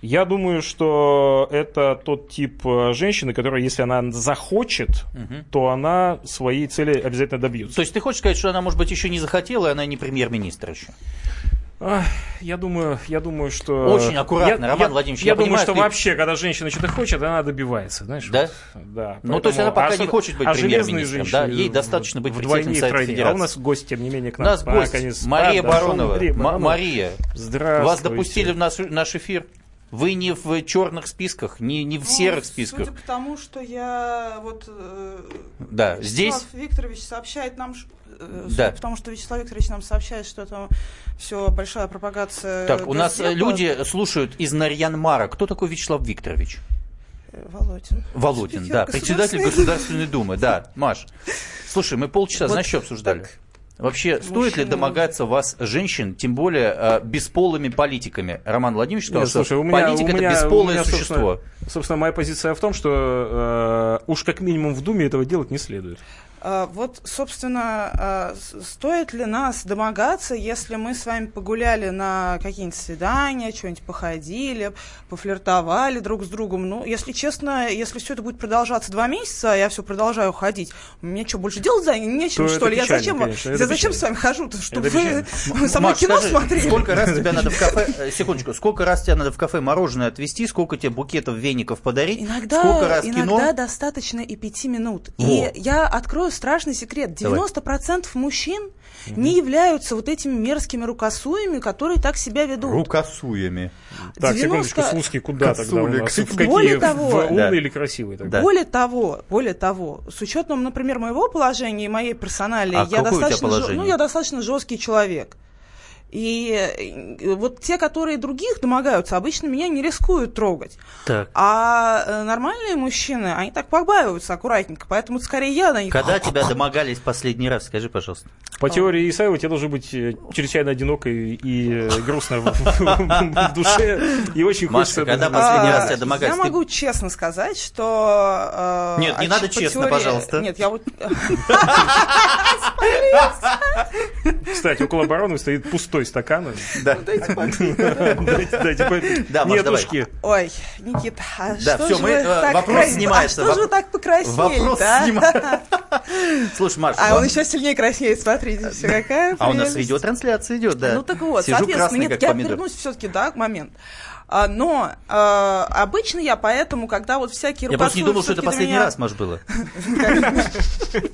S2: Я думаю, что это тот тип э, женщины, которая, если она захочет,
S1: Мгм.
S2: то она своей цели обязательно добьется.
S1: То есть ты хочешь сказать, что она, может быть, еще не захотела, и она не премьер-министр еще?
S2: Ах, Я думаю, я думаю, что...
S1: Очень аккуратно, Роман Владимирович, я
S2: Я, думаю,
S1: понимаю,
S2: что
S1: ты-
S2: вообще, когда женщина что-то хочет, она добивается, знаешь?
S1: Да?
S2: вот, да.
S1: Ну, то есть
S2: Поэтому-
S1: она пока
S2: а
S1: не
S2: особ-
S1: хочет быть
S2: а железные
S1: премьер-министром,
S2: женщины
S1: да? Ей достаточно быть
S2: вдвойне
S1: председателем
S2: и
S1: Совета
S2: втройне.
S1: Федерации.
S2: А у нас гость, тем не менее, к
S1: У
S2: нам.
S1: нас гость
S2: наконец.
S1: Мария
S2: А, да,
S1: Баронова.
S2: Мария
S1: М-
S2: Баронова.
S1: Мария,
S2: Здравствуйте.
S1: вас допустили в наш, наш эфир. Вы не в черных списках, не, не в серых списках.
S8: Ну, Судя по тому, что я вот... э,
S1: Да, здесь...
S8: Вячеслав Викторович сообщает нам... ш- э,
S1: Да.
S8: судя по тому, что Вячеслав Викторович нам сообщает, что там все большая пропагация...
S1: Так, у нас э,
S8: Госдепа.
S1: люди слушают из Нарьянмара. Кто такой Вячеслав Викторович?
S8: Э, Володин.
S1: Володин,
S8: Спикер
S1: да, председатель
S8: Государственной
S1: Государственной Думы, да, Маш. Слушай, мы полчаса, знаешь, что обсуждали? Вообще, стоит ли
S2: ну.
S8: Мужчины.
S1: домогаться вас, женщин, тем более э, бесполыми политиками? Роман Владимирович сказал,
S2: Нет,
S1: что
S2: слушай, у меня-
S1: политика
S2: у меня-
S1: это
S2: у
S1: бесполое
S2: меня,
S1: существо.
S2: Собственно, моя позиция в том, что э, уж как минимум в Думе этого делать не следует.
S8: А, Вот, собственно, а, с- стоит ли нас домогаться, если мы с вами погуляли на какие-нибудь свидания, что-нибудь походили, пофлиртовали друг с другом? Ну, если честно, если все это будет продолжаться два месяца, а я все продолжаю ходить, мне что, больше делать за нечем,
S2: То
S8: что
S2: это
S8: ли? Я
S2: печально,
S8: зачем, вам-
S2: конечно,
S8: я
S2: это
S8: зачем
S2: печально.
S8: с вами хожу? Чтобы
S2: Это
S8: вы,
S2: печально.
S8: вы со мной
S1: Маш,
S8: кино
S1: скажи,
S8: смотрели?
S1: Сколько раз тебя надо в кафе, э, секундочку, сколько раз тебя надо в кафе мороженое отвезти, сколько тебе букетов веников подарить,
S8: Иногда,
S1: сколько раз
S8: иногда
S1: кино?
S8: достаточно и пяти минут.
S1: Во.
S8: И я открою страшный секрет. 90% мужчин не являются вот этими мерзкими рукосуями, которые так себя ведут.
S1: Рукосуями.
S2: Так,
S8: 90
S2: секундочку, Слуцкий куда тогда у
S1: Косулик.
S2: нас? В
S8: Более
S2: какие? В-
S8: того-
S2: В умный
S1: Да.
S2: или красивый? тогда?
S1: Да.
S8: Более того, более того, с учетом, например, моего положения и моей персонали,
S1: А
S8: я
S1: какое у тебя
S8: достаточно, жё-
S1: положение?
S8: ну, я достаточно жесткий человек. И э, вот те, которые других домогаются, обычно меня не рискуют трогать.
S1: Так.
S8: А э, нормальные мужчины, они так побаиваются аккуратненько, поэтому скорее я на них
S1: Когда тебя домогались последний раз, скажи, пожалуйста.
S2: По теории Исаева тебе должно быть э, чрезвычайно одиноко и, и, э, грустно в- в душе, и очень
S1: Машка,
S2: хочется...
S1: когда
S2: этого
S1: последний
S8: А,
S1: раз тебя домогались?
S8: Я
S1: Ты-
S8: могу честно сказать, что... э,
S1: Нет, не
S8: отч-
S1: надо
S8: по
S1: честно, пожалуйста.
S8: Нет, я вот...
S2: Кстати, около обороны стоит пустой стакан. Дайте, дайте попить.
S1: Да, Маш,
S2: Нетушки.
S8: Ой, Никита, а
S1: Да,
S8: что
S1: всё,
S8: же
S1: мы,
S8: вы
S1: э,
S8: так
S1: вопрос
S8: крас-
S1: снимается.
S8: А что же
S1: Воп-
S8: вы так покраснели
S1: Вопрос снимается. Слушай, Маш,
S8: А
S1: вам-
S8: он еще сильнее краснеет, смотрите, все какая
S1: а у нас
S8: прелесть.
S1: видеотрансляция идет, да.
S8: Ну так вот,
S1: Сижу красный,
S8: соответственно, нет,
S1: как
S8: я
S1: помидор.
S8: вернусь все-таки, да, к моменту. А, но э, обычно я поэтому, когда вот всякие
S1: Я просто не
S8: рукосуи
S1: думал, что это
S8: всё-таки до
S1: последний
S8: меня-
S1: раз, Маш, было.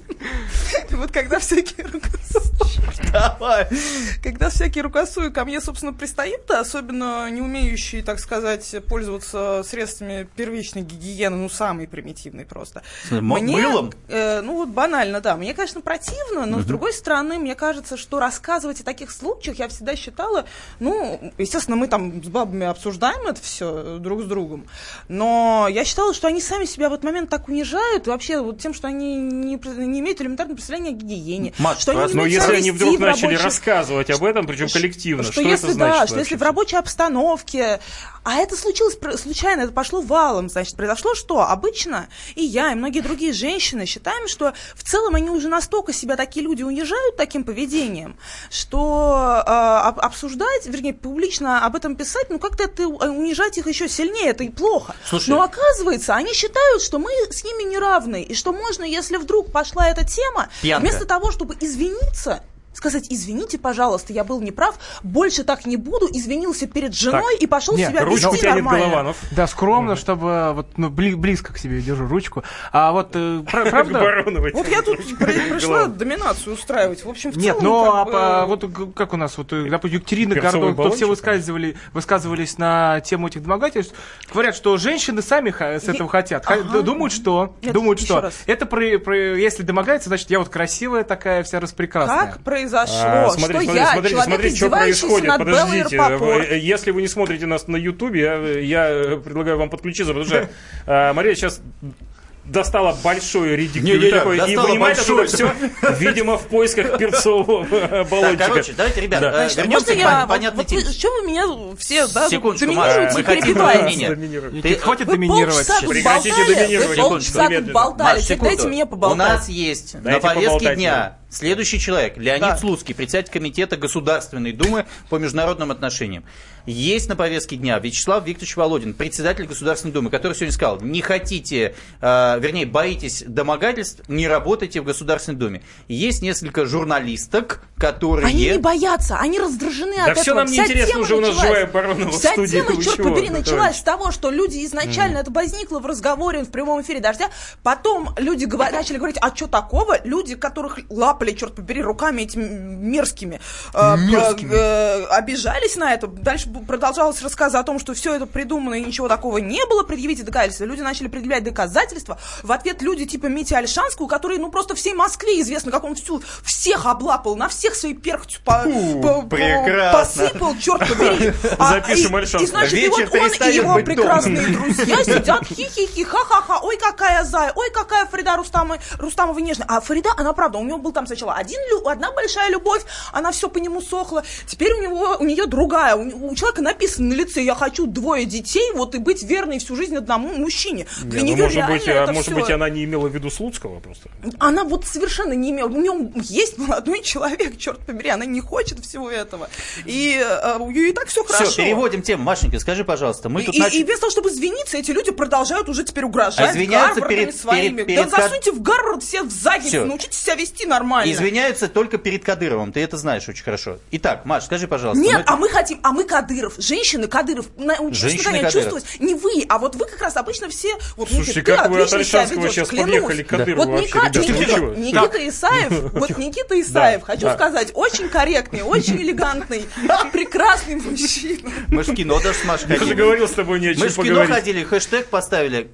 S8: Вот когда всякие рукосуи...
S1: Давай.
S8: Когда всякие рукосуи ко мне, собственно, пристают, да, особенно не умеющие, так сказать, пользоваться средствами первичной гигиены, ну, самой примитивной просто.
S1: М- мылом?
S8: э, ну, вот банально, да. Мне, конечно, противно, но, с другой стороны, мне кажется, что рассказывать о таких случаях я всегда считала, ну, естественно, мы там с бабами обсуждаем это все друг с другом, но я считала, что они сами себя в этот момент так унижают, и вообще вот тем, что они не, пр- не имеют элементарного представления о гигиене.
S1: Маш,
S8: Ну что они не
S1: раз-
S2: Но
S8: умеют
S2: если
S8: себя
S2: они
S8: вести
S2: вдруг
S8: в
S2: начали
S8: рабочих-
S2: рассказывать об этом, причем коллективно, что
S8: если
S2: это
S8: да,
S2: значит?
S8: что если в
S2: вообще?
S8: рабочей обстановке, а это случилось пр- случайно, это пошло валом, значит, произошло что? Обычно и я, и многие другие женщины считаем, что в целом они уже настолько себя такие люди унижают таким поведением, что э, об- обсуждать, вернее, публично об этом писать, ну как-то это э, унижать их еще сильнее, это и плохо.
S1: Слушай.
S8: Но оказывается, они считают, что мы с ними не равны, и что можно, если вдруг пошла эта тема,
S1: Пьянка.
S8: вместо того, чтобы извиниться, сказать, извините, пожалуйста, я был неправ, больше так не буду, извинился перед женой и пошел
S3: Нет,
S8: себя
S2: Ручку
S8: вести
S2: тянет
S8: нормально.
S2: Голованов.
S3: Да, скромно, чтобы вот ну, бли- близко к себе держу ручку. А вот э, пра- правда.
S2: Бароновой.
S8: Вот я тут при- пришла доминацию устраивать. В общем, в
S3: Нет,
S8: целом,
S3: ну а
S8: как
S3: по-
S8: бы,
S3: вот г- как у нас, вот, э, допустим, Екатерина
S2: Перцовый
S3: Гордон, кто все
S2: баллончик?
S3: высказывали, высказывались на тему этих домогательств, говорят, что женщины сами ха- с
S8: Е-
S3: этого хотят. Ха-
S8: Ага.
S3: Думают, что,
S8: Нет,
S3: думают,
S8: еще
S3: что
S8: раз.
S3: это про, про- если домогается, значит, я вот красивая такая, вся распрекрасная.
S8: как произошло,
S2: А, смотрите,
S8: что
S2: смотрите,
S8: я,
S2: смотрите,
S8: человек,
S2: смотрите, что
S8: издевающийся
S2: происходит.
S8: над Беллой
S2: Подождите,
S8: Рапопорт.
S2: э, э, если вы не смотрите нас на Ютубе, я, э, я э, предлагаю вам подключиться, потому что э, Мария сейчас достала большой редикюль
S1: Не-не-не,
S2: такой и
S1: достала
S2: вынимает
S1: большой.
S2: оттуда все, видимо, в поисках перцового э,
S1: Так,
S2: баллончика.
S1: короче, давайте, ребят,
S2: Да.
S1: э,
S8: Значит, а
S1: вернемся
S8: можно
S1: к
S8: я-
S1: пон-
S8: вот-
S1: понятной
S8: вот вы-
S1: теме.
S8: что вы меня все да, тут
S1: Секундочку, Маша,
S8: доминируете
S1: мы
S8: и
S1: хотим
S8: перебиваете?
S1: мнение.
S2: Доминировать.
S1: Ты-
S3: Хватит
S8: Вы
S3: доминировать.
S8: полчаса тут
S2: Прекратите
S8: болтали,
S2: доминировать.
S8: вы полчаса тут
S2: Секунду.
S8: болтали,
S1: Маш,
S8: так
S1: секунду.
S8: дайте мне
S1: У нас
S8: поболтать.
S1: есть на
S2: Дайте
S1: повестке
S2: поболтать,
S1: дня следующий человек, Леонид
S8: Да.
S1: Слуцкий, председатель Комитета Государственной Думы по международным отношениям. Есть на повестке дня Вячеслав Викторович Володин, председатель Государственной Думы, который сегодня сказал, не хотите, э, вернее, боитесь домогательств, не работайте в Государственной Думе. Есть несколько журналисток, которые...
S8: Они не боятся, они раздражены от
S2: Да
S8: этого.
S2: все нам
S8: Вся
S2: неинтересно,
S8: тема
S2: уже у нас
S8: началась-
S2: живая Баронова в
S8: Вся
S2: студии.
S8: тема,
S2: Вы
S8: черт
S2: чего?
S8: побери,
S2: Ну,
S8: началась
S2: товарищ.
S8: с того, что люди изначально, это возникло в разговоре в прямом эфире «Дождя», потом люди гово- начали говорить, а что такого? Люди, которых лап цапали, черт побери, руками этими мерзкими. э,
S1: Мерзкими.
S8: про- э, обижались на это. Дальше бу- продолжалась рассказы о том, что все это придумано и ничего такого не было. Предъявите доказательства. Люди начали предъявлять доказательства. В ответ люди типа Мити Альшанского, который, ну, просто всей Москве известно, как он всю, всех облапал, на всех своей перхотью по-
S1: Фу,
S8: по- по-
S1: прекрасно.
S8: посыпал, черт побери. А,
S2: Запишем
S8: и-
S2: Альшанского.
S8: И значит, и
S1: Вечер
S8: вот он и
S1: перестает
S8: его
S1: быть
S8: прекрасные друзья сидят хи-хи-хи, ха-ха-ха, ой, какая зая, ой, какая Фарида Рустама, Рустамова нежная. А Фарида, она правда, у нее был там сначала один, лю- одна большая любовь, она все по нему сохла, теперь у него, у нее другая, у, у человека написано на лице, я хочу двое детей, вот и быть верной всю жизнь одному мужчине. Для
S2: Не, ну,
S8: нее
S2: может
S8: реально
S2: быть, а,
S8: это
S2: может
S8: всё-
S2: быть, она не имела в виду Слуцкого просто.
S8: она вот совершенно не имела. У нее есть молодой человек, черт побери, она не хочет всего этого. И э, у нее и так все хорошо.
S1: Все, переводим тему. Машенька, скажи, пожалуйста, мы
S8: и,
S1: тут
S8: и-
S1: начали...
S8: и без того, чтобы извиниться, эти люди продолжают уже теперь угрожать
S1: А извиняются
S8: Гарвардами
S1: перед-
S8: своими.
S1: перед- перед
S8: да засуньте в Гарвард все в задницу,
S1: Всё.
S8: научитесь себя вести нормально.
S1: Извиняются только перед Кадыровым, ты это знаешь очень хорошо. Итак, Маш, скажи, пожалуйста.
S8: Нет,
S1: мы-
S8: а мы хотим, а мы Кадыров, женщины Кадыров, научитесь
S1: Женщины
S8: наконец
S1: Кадыров.
S8: чувствовать, не вы, а вот вы как раз обычно все, вот
S2: Слушайте,
S8: Никита,
S2: как
S8: ты
S2: вы от
S8: отлично себя
S2: Ольшанского
S8: ведешь,
S2: сейчас
S8: клянусь.
S2: подъехали к Кадырову
S8: Вот
S2: вообще,
S8: Ника-
S2: ребята, вы чего?
S8: Никита, Никита Исаев, вот Никита Исаев,
S2: Да,
S8: хочу
S2: да.
S8: сказать, очень корректный, очень элегантный, прекрасный мужчина.
S1: Мы ж в кино даже с Машей
S2: Я же
S1: ходили.
S2: говорил с тобой не о
S1: Мы
S2: чем
S1: же в кино
S2: поговорить.
S1: ходили, хэштег поставили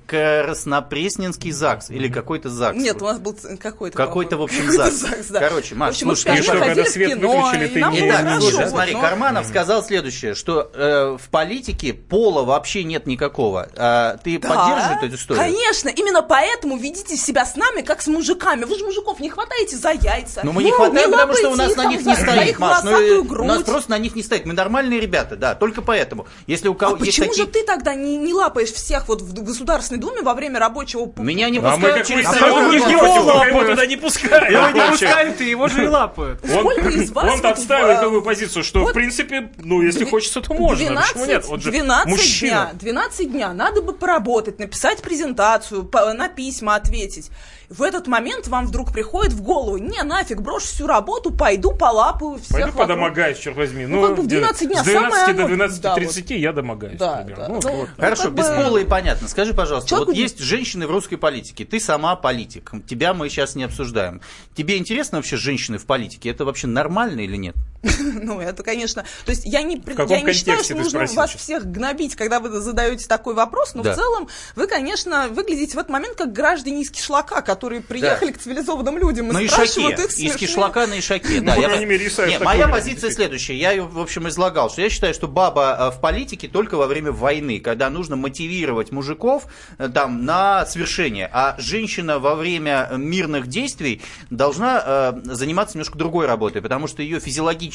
S1: «Краснопресненский ЗАГС» или какой-то ЗАГС.
S8: Нет, у нас был ц- какой-то.
S1: Какой-то, в общем,
S8: какой-то
S1: ЗАГС.
S8: ЗАГС, да.
S1: Короче, Маш,
S8: В общем, мы
S1: слушай,
S8: в пятом
S1: и что,
S8: ходили
S2: когда
S8: в
S2: свет
S8: кино,
S2: выключили,
S8: и
S2: ты
S8: нам
S2: не-
S8: было
S1: Итак,
S8: хорошо,
S1: слушай,
S8: вот,
S1: смотри,
S8: но-
S1: Карманов сказал следующее, что э, в политике пола вообще нет никакого. А, ты
S8: Да,
S1: поддерживаешь эту историю?
S8: Конечно, именно поэтому ведите себя с нами, как с мужиками. Вы же мужиков не хватаете за яйца.
S1: Ну, мы не хватаем, потому что у
S8: лапайте
S1: нас
S8: их
S1: на
S8: там
S1: них не
S8: за
S1: стоит,
S8: своих
S1: Маш. ну,
S8: волосатую
S1: э, у нас
S8: грудь.
S1: просто на них не стоит. Мы нормальные ребята, да, только поэтому. Если у
S8: А
S1: кого есть
S8: почему
S1: такие...
S8: же ты тогда не, не лапаешь всех вот в Государственной Думе во время рабочего п-
S1: Меня не
S2: А мы
S1: пускают
S2: как
S1: через
S2: выяснили,
S1: Совет
S2: он
S1: Европы.
S2: не
S3: Европы.
S2: его туда не пускают.
S3: Его не
S2: вообще.
S3: пускают, и его же и лапают.
S2: Он,
S8: Сколько из вас
S2: он
S8: вот,
S2: отстаивает
S8: э,
S2: такую позицию, что,
S8: вот
S2: в принципе, ну, если
S8: Две-
S2: хочется, то можно. Почему
S8: 12,
S2: нет? Он же
S8: 12 дня,
S2: мужчина.
S8: 12 дня надо бы поработать, написать презентацию, по- на письма ответить. В этот момент вам вдруг приходит в голову, не, нафиг, брошу всю работу, пойду полапаю всех
S2: Пойду
S8: вокруг».
S2: подомогаюсь, черт возьми.
S8: Ну, как бы в 12 дня
S2: С 12
S8: самое
S2: до
S8: оно.
S2: 12.30 я домогаюсь,
S8: Да,
S2: например.
S8: да.
S2: Ну,
S8: Ну,
S2: вот.
S8: ну,
S1: Хорошо,
S8: как бы-
S1: без пола и понятно. Скажи, пожалуйста,
S8: Человеку
S1: вот
S8: не-
S1: есть женщины в русской политике, ты сама политик, тебя мы сейчас не обсуждаем. Тебе интересно вообще женщины в политике? Это вообще нормально или нет?
S8: Ну, это, конечно... То есть я не, при-
S2: каком
S8: я не считаю,
S2: контексте
S8: что
S2: ты
S8: нужно
S2: спросил
S8: вас
S2: сейчас?
S8: всех гнобить, когда вы задаете такой вопрос, но
S1: Да.
S8: в целом вы, конечно, выглядите в этот момент как граждане из кишлака, которые приехали к цивилизованным людям
S1: на
S8: и
S1: Ишаке.
S8: спрашивают их
S1: Из
S8: смешные-
S1: кишлака на Ишаке. Да,
S2: Ну, по
S1: я-
S2: крайней мере, Исаев
S1: Не,
S2: такой
S1: моя
S2: вариант
S1: позиция
S2: действительно.
S1: следующая. Я ее, в общем, излагал, что я считаю, что баба э, в политике только во время войны, когда нужно мотивировать мужиков э, там на свершение. А женщина во время э, мирных действий должна э, заниматься немножко другой работой, потому что ее физиологические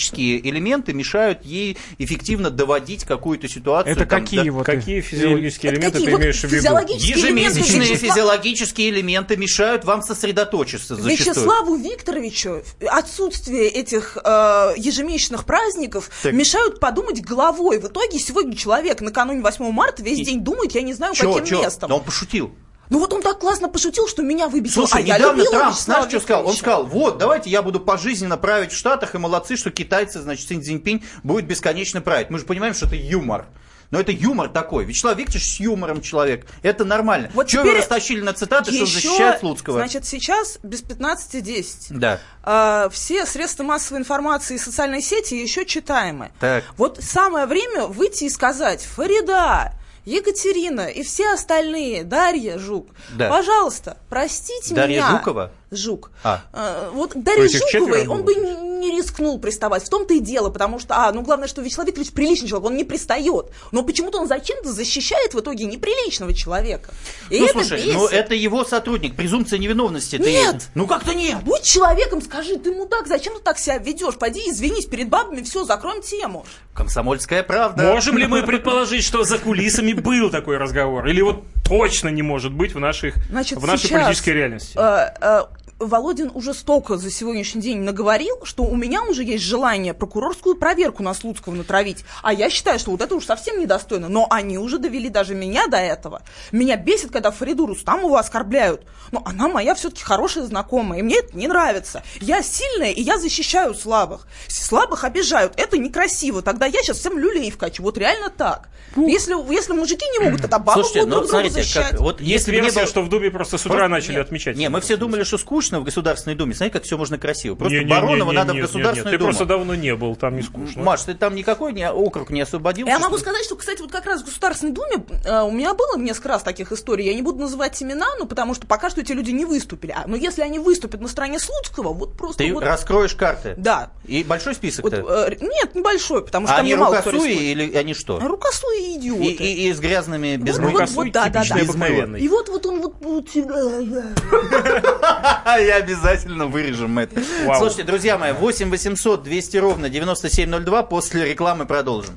S1: элементы мешают ей эффективно доводить какую-то ситуацию.
S3: Это
S1: там,
S3: какие
S1: да.
S3: вот?
S2: Какие физиологические
S8: Это
S2: элементы
S8: какие
S2: ты
S8: вот
S2: имеешь в виду?
S8: физиологические элементы
S1: Ежемесячные
S8: Вячеслава-
S1: физиологические элементы мешают вам сосредоточиться зачастую.
S8: Вячеславу Викторовичу отсутствие этих э, ежемесячных праздников
S1: Так.
S8: мешают подумать головой. В итоге сегодня человек накануне 8 марта весь
S1: И-
S8: день думает, я не знаю,
S1: Чё,
S8: каким
S1: чё?
S8: местом.
S1: Да он пошутил.
S8: Ну вот он так классно пошутил, что меня выбесил.
S1: Слушай,
S8: а я
S1: недавно
S8: любила
S1: Трамп,
S8: Вячеслава
S1: знаешь, что сказал? Он
S8: Викторовича.
S1: сказал, вот, давайте я буду пожизненно править в Штатах, и молодцы, что китайцы, значит, Синь Цзиньпинь будет бесконечно править. Мы же понимаем, что это юмор. Но это юмор такой. Вячеслав Викторович с юмором человек. Это нормально.
S8: Вот
S1: Чего вы
S8: теперь
S1: растащили на цитаты, что
S8: Ещё,
S1: защищает Луцкого?
S8: Значит, сейчас без 15.10.
S1: да.
S8: А, все средства массовой информации и социальные сети еще читаемы.
S1: Так.
S8: Вот самое время выйти и сказать, Фарида, Екатерина и все остальные, Дарья Жук,
S1: Да.
S8: пожалуйста, простите
S1: Дарья
S8: меня.
S1: Жукова?
S8: Жук.
S1: А.
S8: Э, вот Дарья
S2: есть их
S8: Жуковой
S2: четверо
S8: он
S2: было?
S8: бы не, не рискнул приставать. В том-то и дело, потому что, а, ну главное, что Вячеслав Викторович приличный человек, он не пристает. Но почему-то он зачем-то защищает в итоге неприличного человека. И
S1: ну,
S8: это
S1: слушай,
S8: бесит.
S1: ну это его сотрудник. Презумпция невиновности. Ты-
S8: Нет!
S1: Ну как-то нет!
S8: Будь человеком, скажи, ты мудак, зачем ты так себя ведешь? Пойди извинись перед бабами, все, закроем тему.
S1: Комсомольская правда.
S2: Можем ли мы предположить, что за кулисами был такой разговор? Или вот точно не может быть в, наших,
S8: Значит,
S2: в нашей
S8: сейчас,
S2: политической реальности?
S8: Э, э, Володин уже столько за сегодняшний день наговорил, что у меня уже есть желание прокурорскую проверку на Слуцкого натравить. А я считаю, что вот это уж совсем недостойно. Но они уже довели даже меня до этого. Меня бесит, когда Фариду Рустамову оскорбляют. Но она моя все-таки хорошая знакомая, и мне это не нравится. Я сильная, и я защищаю слабых. С- Слабых обижают. Это некрасиво. Тогда я сейчас всем люлей вкачу. Вот реально так. Если, если мужики не могут, тогда бабы
S1: Слушайте,
S8: будут
S1: ну
S8: друг друга
S1: смотрите,
S8: защищать.
S1: как, вот
S2: Есть
S1: если бы не
S2: версия,
S1: было...
S2: что в Дубе просто с утра
S1: Просто-
S2: начали
S1: нет.
S2: отмечать.
S1: Не, мы все думали, что скучно в Государственной Думе. Смотри, как все можно красиво. Просто
S2: Не-не-не-не-не-не-не,
S1: Баронова надо в
S2: нет,
S1: Государственную
S2: нет, Ты
S1: Думу.
S2: просто давно не был, там не скучно.
S1: Маш, ты там никакой не, округ не освободил?
S8: Я могу сказать, что, кстати, вот как раз в Государственной Думе э, у меня было несколько раз таких историй. Я не буду называть имена, ну, потому что пока что эти люди не выступили. А, но если они выступят на стороне Слуцкого, вот просто...
S1: Ты
S8: вот-
S1: раскроешь карты.
S8: Да.
S1: И большой
S8: Вот,
S1: список-то.
S8: э, нет, небольшой, потому что
S1: а
S8: там
S1: они
S8: я мало кто
S1: рукосуи
S8: рисует.
S1: или они что?
S8: Рукосуи и
S1: И,
S8: идиоты.
S1: и- и с грязными без
S8: Вот,
S2: Рукосуй
S8: вот, да, да,
S2: типичный
S8: да.
S2: обыкновенный.
S8: И вот вот он вот... вот всегда-
S1: И А обязательно вырежем это.
S2: Вау.
S1: Слушайте, друзья мои, 8 800 200 ровно 9702. После рекламы продолжим.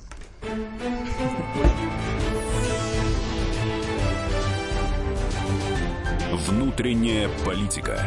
S5: Внутренняя политика.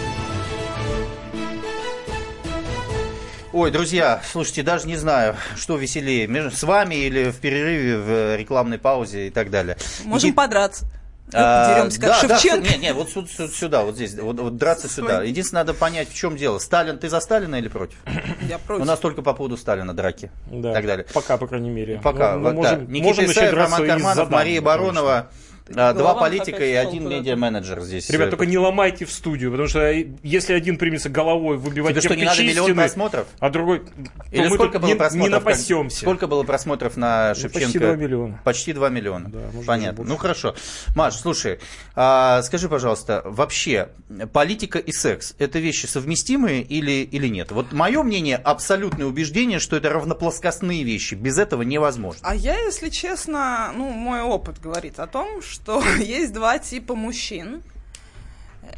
S1: Ой, друзья, слушайте, даже не знаю, что веселее, между- с вами или в перерыве, в э, рекламной паузе и так далее.
S8: Можем
S1: Иди-
S8: подраться.
S1: А,
S8: Деремся, как
S1: да, да,
S8: Шевченко.
S1: не, не, вот сю- сю- сюда, вот здесь, вот, вот драться сюда. Единственное, надо понять, в чем дело. Сталин, ты за Сталина или против?
S8: Я
S1: У
S8: против.
S1: нас только по поводу Сталина драки
S2: Да.
S1: и так далее.
S2: Пока, по крайней мере.
S1: Пока.
S2: Ну, мы
S1: вот, да.
S2: можем, можем
S1: Никита
S2: начать
S1: Исаев,
S2: драться
S1: Роман
S2: из
S1: Карманов,
S2: заданий,
S1: Мария
S2: потому что.
S1: Баронова. а, Два
S8: Голованов
S1: политика и
S8: опять
S1: один
S8: ушел
S1: медиа-менеджер здесь.
S2: Ребят,
S1: э,
S2: только не ломайте в студию, потому что э, если один примется головой выбивать
S1: Тебе что, не надо
S2: кирпичи из
S1: миллион
S2: стены,
S1: просмотров?
S2: а другой...
S1: Или
S2: то мы
S1: сколько
S2: тут
S1: было
S2: не,
S1: просмотров?
S2: не
S1: как-
S2: напасемся. Ну,
S1: Сколько было просмотров на
S2: почти
S1: Шевченко?
S2: два миллиона.
S1: Почти 2 миллиона.
S2: Да, может, даже
S1: Понятно.
S2: больше.
S1: Ну хорошо. Маш, слушай, а, скажи, пожалуйста, вообще политика и секс это вещи совместимые или, или нет? Вот мое мнение абсолютное убеждение, что это равноплоскостные вещи. Без этого невозможно.
S8: А я, если честно, ну, мой опыт говорит о том, что есть два типа мужчин.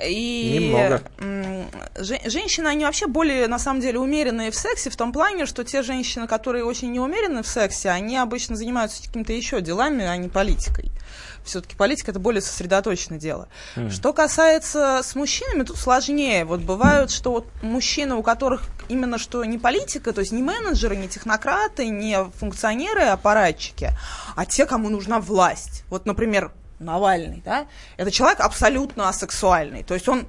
S8: И
S2: Немного.
S8: м, же- женщины, они вообще более, на самом деле, умеренные в сексе, в том плане, что те женщины, которые очень неумерены в сексе, они обычно занимаются какими-то еще делами, а не политикой. Все-таки политика это более сосредоточенное дело. Что касается с мужчинами, тут сложнее. Вот бывают, что вот мужчины, у которых именно что не политика, то есть не менеджеры, не технократы, не функционеры, аппаратчики, а те, кому нужна власть. Вот, например, Навальный, да, это человек абсолютно асексуальный. То есть он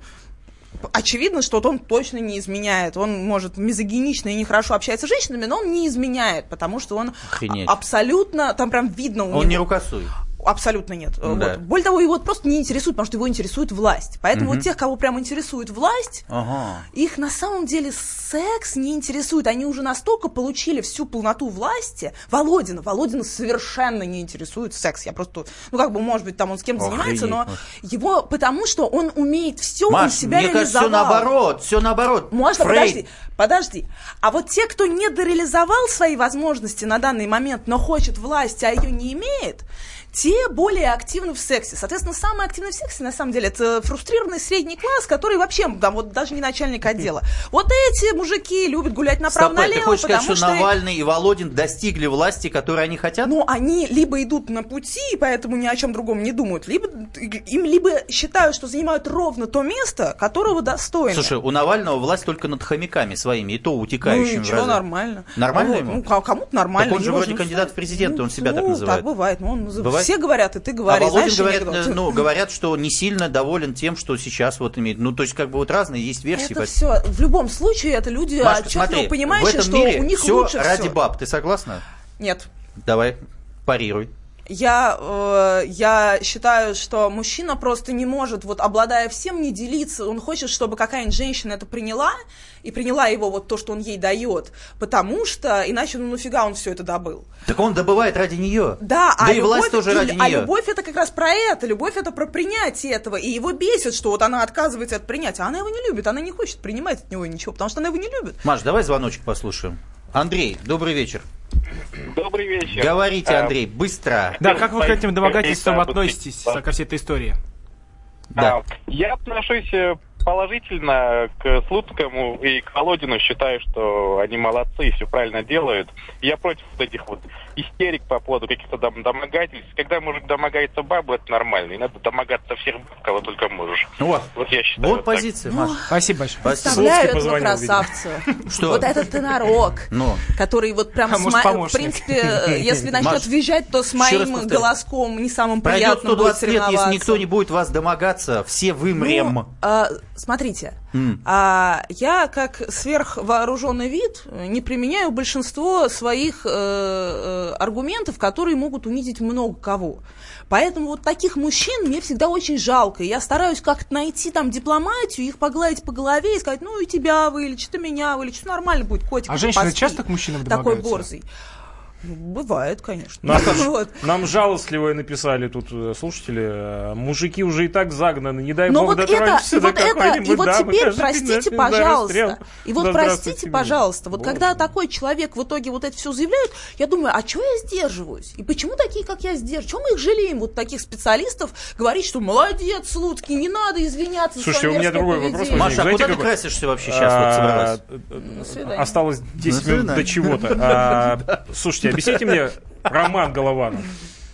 S8: очевидно, что вот он точно не изменяет. Он, может, мизогинично и нехорошо общается с женщинами, но он не изменяет, потому что он
S1: Охренеть.
S8: абсолютно, там прям видно у
S1: Он не
S8: него-
S1: рукосует.
S8: Абсолютно нет.
S1: Ну
S8: Вот.
S1: да.
S8: Более того, его просто не интересует, потому что его интересует власть. Поэтому вот тех, кого прям интересует власть,
S1: Ага.
S8: их на самом деле секс не интересует. Они уже настолько получили всю полноту власти. Володина, Володина совершенно не интересует секс. Я просто, ну как бы, может быть, там он с кем занимается, но
S1: Охренеть, ну.
S8: его, потому что он умеет все, он
S1: Маш,
S8: себя
S1: мне кажется, все
S8: реализовал.
S1: наоборот, все наоборот.
S8: Можно,
S1: Фрейд.
S8: подожди, подожди. А вот те, кто не дореализовал свои возможности на данный момент, но хочет власти, а ее не имеет, те более активны в сексе. Соответственно, самый активный в сексе, на самом деле, это фрустрированный средний класс, который вообще, там, вот даже не начальник отдела. Вот эти мужики любят гулять
S1: Стопэ, ты
S8: направо-налево,
S1: хочешь сказать,
S8: потому
S1: что,
S8: что...
S1: Навальный и Володин достигли власти, которой они хотят?
S8: Ну, они либо идут на пути, и поэтому ни о чем другом не думают, либо им либо считают, что занимают ровно то место, которого достойны.
S1: Слушай, у Навального власть только над хомяками своими, и то утекающими.
S8: Ну,
S1: в
S8: ничего,
S1: разы.
S8: нормально.
S1: Нормально
S8: Вот,
S1: ему?
S8: Ну, ко- кому-то нормально.
S1: Так он же
S8: Его
S1: вроде
S8: ну,
S1: кандидат в президенты, он себя так
S8: ну,
S1: называет.
S8: так бывает. Ну, он назыв-
S1: Бывает?
S8: Все говорят, и ты
S1: А
S8: говори.
S1: Володин
S8: знаешь,
S1: говорит,
S8: анекдот?
S1: э, ну, говорят, что не сильно доволен тем, что сейчас вот имеет. Ну, то есть, как бы вот разные есть версии.
S8: это А все, в любом случае, это люди
S1: Машка,
S8: отчетливо
S1: смотри, в
S8: понимающие,
S1: этом
S8: что
S1: мире
S8: у них
S1: все
S8: лучше
S1: ради
S8: всё.
S1: баб. Ты согласна?
S8: Нет.
S1: Давай, парируй.
S8: Я, э, я считаю, что мужчина просто не может, вот обладая всем, не делиться. Он хочет, чтобы какая-нибудь женщина это приняла, и приняла его вот то, что он ей дает. Потому что иначе, ну нафига он все это добыл.
S1: Так он добывает ради нее.
S8: Да,
S1: да
S8: а
S1: и власть тоже
S8: и-
S1: ради
S8: А
S1: нее.
S8: любовь это как раз про это, любовь это про принятие этого, и его бесит, что вот она отказывается от принятия, а она его не любит, она не хочет принимать от него ничего, потому что она его не любит.
S1: Маш, давай звоночек послушаем. Андрей, добрый вечер.
S9: Добрый вечер.
S1: Говорите,
S9: А,
S1: Андрей, быстро.
S3: Да, как вы к этим домогательствам
S9: Какие-то
S3: относитесь,
S9: обычаи.
S3: ко всей этой истории?
S1: Да.
S9: а, Я отношусь э, положительно к Слуцкому и к Володину считаю, что они молодцы и все правильно делают. Я против вот этих вот истерик по поводу каких-то дом- домогательств. Когда мужик домогается бабы, это нормально. И надо домогаться всех баб, кого только можешь.
S1: Вот.
S9: Вот я считаю.
S1: Вот
S9: так.
S1: позиция,
S8: Ну,
S1: Маша.
S3: Спасибо большое.
S1: Слуцкий
S8: Представляю этого
S1: позвонил, видимо.
S8: красавцу.
S1: Что?
S8: Вот этот тенорок,
S1: Ну,
S8: который вот прям,
S3: А
S8: с
S3: может,
S8: мо- в
S3: помощник?
S8: принципе, э, если начнет
S1: Маш,
S8: визжать, то с
S1: еще раз
S8: моим
S1: повторю.
S8: голоском не самым
S1: пройдет
S8: приятным будет
S1: 120 лет, если
S8: соревноваться.
S1: никто не будет вас домогаться, все
S8: Ну,
S1: вымрем.
S8: а, смотрите,
S1: М.
S8: а, я как сверхвооруженный вид э, не применяю большинство своих э, э, аргументов, которые могут унизить много кого. Поэтому вот таких мужчин мне всегда очень жалко. И Я стараюсь как-то найти там дипломатию, их погладить по голове и сказать, ну и тебя вылечит, и меня вылечит, нормально будет, котик.
S3: А
S8: ты
S3: женщины
S8: поспи».
S3: часто к мужчинам
S8: Такой
S3: домогаются?
S8: борзый. Ну, Бывает,
S3: Ну, а
S8: конечно.
S2: Наташа,
S8: Вот.
S2: Нам жалостливое написали тут э, слушатели. э, Мужики уже и так загнаны, не дай
S8: Но
S2: бог
S8: Ну вот это,
S2: дотронешься
S8: и
S2: до
S8: вот это,
S2: какой-нибудь
S8: и вот
S2: дамы,
S8: теперь,
S2: каждый
S8: простите,
S2: день, да, расстрел.
S8: пожалуйста, и вот
S2: Да
S8: простите,
S2: здравствуйте,
S8: пожалуйста, вот
S2: Боже.
S8: когда такой человек в итоге вот это все заявляет, я думаю, а чего я сдерживаюсь? И почему такие, как я, сдерживаюсь? Чем мы их жалеем, вот таких специалистов, говорить, что молодец, Луцкий, не надо извиняться
S2: Слушайте,
S8: за
S2: у меня
S8: мерзкое
S2: другой
S8: поведение».
S2: вопрос возник.
S1: Маша, а
S2: знаете,
S1: куда ты
S2: какой?
S1: красишься вообще сейчас вот собралась?
S2: А, э, э,
S8: свидания.
S2: Осталось 10
S1: До
S2: минут до
S1: свидания.
S2: чего-то. А, Слушайте, объясните мне, Роман Голованов,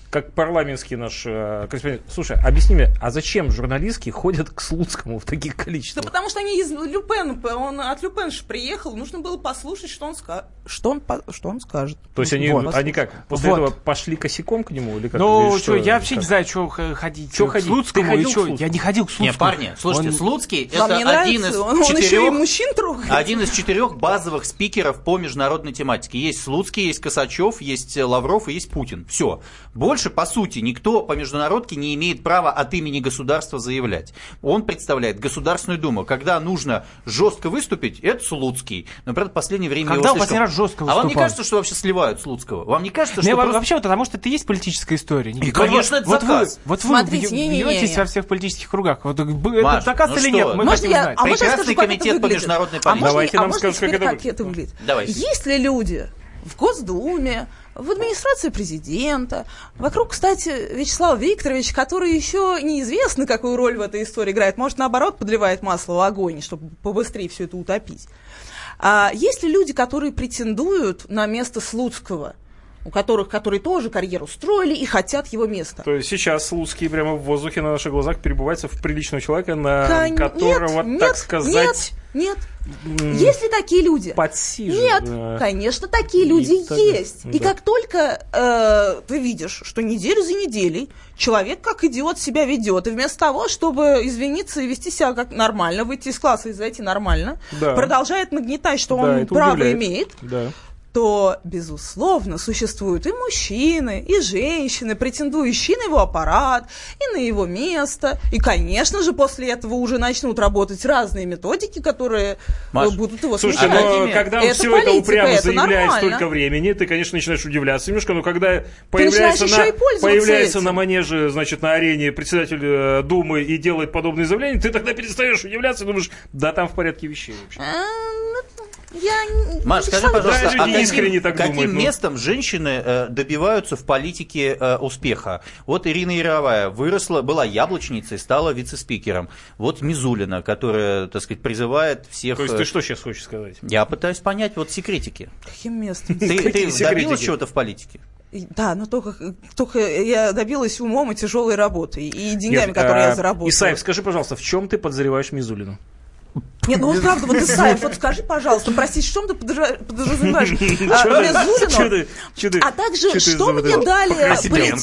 S2: как парламентский наш э, корреспондент. Слушай, объясни мне, а зачем журналистки ходят к Слуцкому в таких
S8: Да
S2: количествах?
S8: потому что они из Люпен, он от Люпенша приехал, нужно было послушать, что он скажет. Что он, по- что он скажет.
S2: То есть они,
S8: Вот.
S2: они как, после
S3: Вот.
S2: этого пошли косяком к нему? Или как?
S3: Ну,
S2: Или
S3: что, я вообще
S2: как?
S3: не знаю, что ходить.
S2: Чё
S3: К
S2: ходить?
S3: Слуцкому
S2: Ты ходил
S3: и чё?
S2: к Слуцкому?
S3: Я не ходил к Слуцкому.
S1: Не, парни, слушайте,
S3: Он-
S1: Слуцкий
S8: Вам не
S1: это один из
S8: нравится? Он, он еще и
S1: четырех
S8: мужчин трогает.
S1: Один из четырех базовых спикеров по международной тематике. Есть Слуцкий, есть Косачев, есть э, Лавров и есть Путин. Все. Больше, по сути, никто по международке не имеет права от имени государства заявлять. Он представляет Государственную Думу. Когда нужно жестко выступить, это Слуцкий. Но, правда, в последнее время
S3: Когда
S1: его
S3: он
S1: слишком-
S3: последний раз жестко
S1: А вам не
S3: выступал?
S1: кажется, что вообще сливают Слуцкого? Вам не кажется, что
S3: Не, во-
S1: просто...
S3: Ну, вообще, вот потому что это и есть политическая история. Никита.
S1: конечно, это
S3: вот
S1: заказ.
S3: Вы, вот
S8: Смотрите,
S3: вы бью-
S8: не-не-не-не.
S3: бьетесь во всех политических кругах. Вот, б-
S1: Маш,
S3: это заказ
S1: ну
S3: или
S1: что?
S3: нет? Мы
S1: Можно
S3: хотим
S8: я-
S3: знать.
S8: а можно я
S1: Прекрасный
S8: скажу, как это
S1: комитет по
S8: выглядит?
S1: международной
S8: А
S1: политике.
S8: можно,
S2: Давайте
S8: я- а
S2: нам
S8: можно
S2: скажешь, как
S8: теперь
S2: это
S8: как
S2: выглядит.
S8: это выглядит?
S1: Давайте.
S8: Если люди в Госдуме, в администрации президента, вокруг, кстати, Вячеслава Викторовича, который еще неизвестно, какую роль в этой истории играет, может, наоборот, подливает масло в огонь, чтобы побыстрее все это утопить. А есть ли люди, которые претендуют на место Слуцкого, у которых, которые тоже карьеру строили и хотят его места?
S2: То есть сейчас Слуцкий прямо в воздухе на наших глазах перебывается в приличного человека, на
S8: Кон-
S2: э, которого,
S8: нет,
S2: так
S8: нет,
S2: сказать,
S8: нет,
S2: м,
S8: нет. Есть ли такие люди?
S2: подсиживает.
S8: Нет,
S2: Да.
S8: конечно, такие
S2: э, И
S8: люди
S2: так далее.
S8: есть. И
S2: Да.
S8: как только э, ты видишь, что неделю за неделей человек как идиот себя ведет, и вместо того, чтобы извиниться и вести себя как нормально, выйти из класса и зайти нормально,
S2: Да.
S8: продолжает нагнетать, что
S2: Да,
S8: он
S2: это
S8: право
S2: удивляет.
S8: имеет,
S2: Да.
S8: то, безусловно, существуют и мужчины, и женщины, претендующие на его аппарат, и на его место. И, конечно же, после этого уже начнут работать разные методики, которые
S1: Маш,
S8: э, будут его
S2: Слушай,
S8: смещать.
S1: Академия.
S2: но когда
S8: Это
S2: все это
S8: политика,
S2: упрямо
S8: это
S2: заявляет
S8: нормально.
S2: столько времени, ты, конечно, начинаешь удивляться немножко, но когда
S8: начинаешь
S2: появляется,
S8: еще и
S2: на,
S8: пользоваться
S2: появляется
S8: этим.
S2: на манеже, значит, на арене председатель э, Думы и делает подобные заявления, ты тогда перестаешь удивляться и думаешь, да, там в порядке вещей вообще.
S8: А, ну, Я... не-
S1: Маш, скажи,
S8: Александр,
S1: пожалуйста,
S2: Да,
S1: а
S2: люди искренне
S1: каким,
S2: так
S1: каким
S2: думают, ну.
S1: местом женщины э, добиваются в политике э, успеха? Вот Ирина Яровая выросла, была яблочницей, стала вице-спикером. Вот Мизулина, которая, так сказать, призывает всех...
S2: То есть
S1: э,
S2: ты что сейчас хочешь сказать?
S1: Я пытаюсь понять вот секретики.
S8: Каким местом?
S1: Ты, ты
S2: Секретики.
S1: добилась чего-то в политике?
S8: И- Да, но только, только я добилась умом и тяжелой работы, и деньгами,
S2: Нет,
S8: которые
S2: а,
S8: я заработала.
S2: Исаев, скажи, пожалуйста, в чем ты подозреваешь Мизулину?
S8: Нет, ну вот правда, вот Исаев, вот скажи, пожалуйста, прости, в чем ты подра- подразумеваешь? А,
S2: Чё ты-
S8: Мизулину?
S2: чё ты- чё ты-
S8: А также,
S2: чё ты
S8: что
S2: заводила?
S8: мне дали
S1: Покраситель, он как.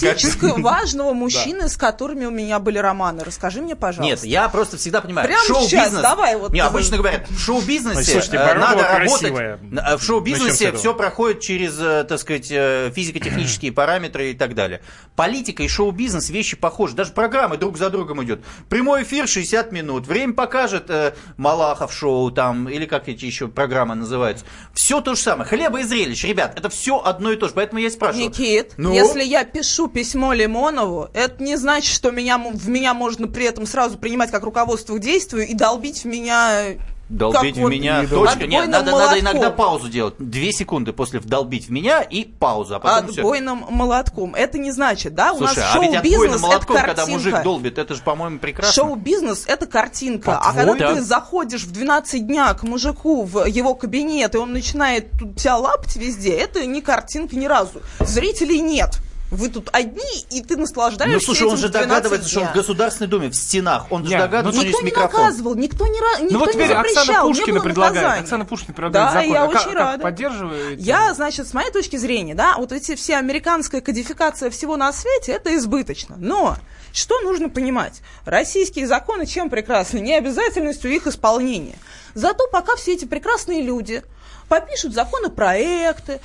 S8: политически важного мужчины, с которыми у меня были романы? Расскажи мне,
S1: Нет,
S8: пожалуйста.
S1: я просто всегда понимаю,
S8: Прямо
S1: шоу-бизнес...
S8: сейчас, давай вот
S1: не,
S8: ты-
S1: обычно говорят, в шоу-бизнесе
S2: Значит, слушайте,
S1: э,
S2: Баранова
S1: надо работать...
S2: красивая.
S1: Н- а В
S2: Начнем с
S1: шоу-бизнесе
S2: этого.
S1: все проходит через, э, так сказать, э, физико-технические параметры и так далее. Политика и шоу-бизнес вещи похожи. Даже программы друг за другом идет. Прямой эфир 60 минут. Время покажет э, Малахов шоу там, или как эти еще программы называются. Все то же самое. Хлеба и зрелищ, ребят, это все одно и то же. Поэтому я и спрашиваю.
S8: Никит,
S1: Ну?
S8: если я пишу письмо Лимонову, это не значит, что меня, м- в меня можно при этом сразу принимать как руководство к действию и долбить в меня
S1: Долбить
S8: Какой
S1: в меня.
S8: ты
S1: Точка.
S8: идол.
S1: Нет, надо,
S8: Отбойным
S1: надо иногда
S8: молотком.
S1: паузу делать. Две секунды после вдолбить в меня и пауза. А потом всё.
S8: Отбойным молотком. Это не значит, да? У
S1: Слушай,
S8: нас
S1: а ведь отбойным
S8: шоу-бизнес это
S1: молотком, когда мужик
S8: картинка.
S1: долбит, это же, по-моему, прекрасно.
S8: Шоу-бизнес это картинка. А
S1: По-твоему?
S8: когда ты
S1: Да.
S8: заходишь в 12 дня к мужику в его кабинет, и он начинает тут тебя лапать везде, это не картинка ни разу. Зрителей нет. Вы тут одни, и ты наслаждаешься.
S1: Ну, слушай,
S8: этим
S1: он же
S8: 12
S1: догадывается, что он в
S8: дня.
S1: Государственной Думе, в стенах. Он же
S2: Не,
S1: догадывается, что у
S8: Никто
S1: него
S8: не
S1: есть микрофон.
S8: наказывал, никто не, ра- никто
S3: Ну вот теперь
S8: не запрещал,
S3: Оксана
S8: не
S3: Пушкина
S8: было
S3: предлагает.
S8: наказания.
S3: Оксана Пушкина предлагает
S8: Да,
S2: закон.
S8: я
S2: А как-
S8: очень
S2: как
S8: рада.
S2: поддерживаете?
S8: Я, значит, с моей точки зрения, да, вот эти все американская кодификация всего на свете, это избыточно. Но что нужно понимать? Российские законы чем прекрасны? Необязательностью их исполнения. Зато пока все эти прекрасные люди попишут законопроекты,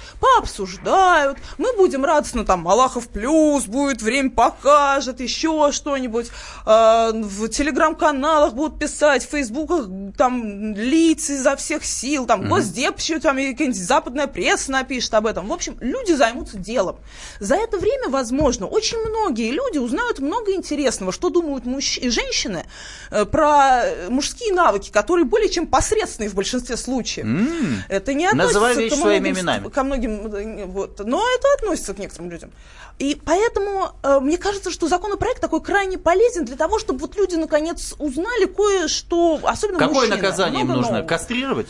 S8: пообсуждают, мы будем радостно, там, Малахов плюс будет, время покажет, еще что-нибудь, Э, в телеграм-каналах будут писать, в фейсбуках там лиц изо всех сил, там, Госдеп еще там и какая-нибудь западная пресса напишет об этом. В общем, люди займутся делом. За это время, возможно, очень многие люди узнают много интересного, что думают мужч- и женщины э, про э, мужские навыки, которые более чем посредственные в большинстве случаев.
S1: М.
S8: Это не относится
S1: Называй вещи
S8: ко
S1: своими
S8: многим ст-
S1: именами.
S8: Ко многим, э, вот, но это относится к некоторым людям. И поэтому э, мне кажется, что законопроект такой крайне полезен для того, чтобы вот люди наконец узнали кое-что, особенно
S1: Какое
S8: мужчины.
S1: наказание им
S8: ну, Много
S1: нужно?
S8: нового.
S1: Кастрировать?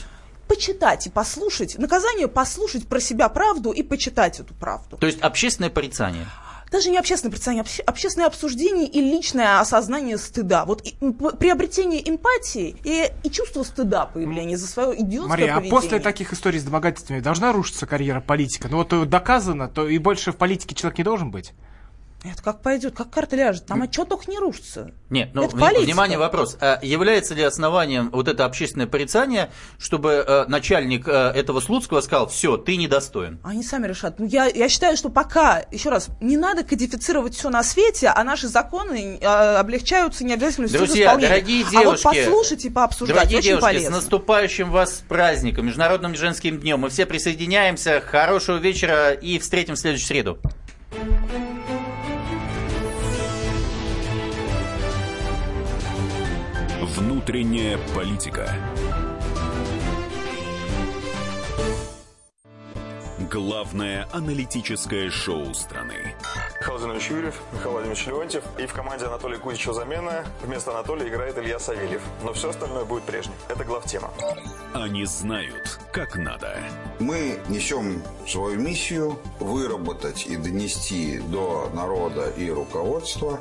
S8: Почитать и послушать. Наказание послушать про себя правду и почитать эту правду.
S1: То есть общественное порицание.
S8: Даже не общественное представление, а обще- общественное обсуждение и личное осознание стыда. Вот и- м, п- приобретение эмпатии и, и чувство стыда появления за свое идиотское
S3: Мария, а
S8: поведение.
S3: после таких историй с домогательствами должна рушиться карьера политика? Ну вот э, доказано, то и больше в политике человек не должен быть.
S8: Это как пойдет, как карта ляжет. Там отчет только не рушится.
S1: Нет, ну,
S8: Это
S1: вни-
S8: политика.
S1: внимание, вопрос. А является ли основанием вот это общественное порицание, чтобы э, начальник э, этого Слуцкого сказал, все, ты недостоин?
S8: Они сами решат. Ну, я, я считаю, что пока, еще раз, не надо кодифицировать все на свете, а наши законы э, облегчаются необязательностью
S1: Друзья,
S8: исполнения.
S1: дорогие
S8: А вот
S1: девушки,
S8: послушать и пообсуждать
S1: Дорогие
S8: очень
S1: девушки,
S8: полезно.
S1: с наступающим вас праздником, Международным женским днем. Мы все присоединяемся. Хорошего вечера и встретим в следующую среду.
S5: Внутренняя политика. Главное аналитическое шоу страны.
S9: Михаил Владимирович Юрьев, Михаил Владимирович Леонтьев. И в команде Анатолия Кузичева замена. Вместо Анатолия играет Илья Савельев. Но все остальное будет прежним. Это главтема.
S5: Они знают, как надо.
S10: Мы несем свою миссию выработать и донести до народа и руководства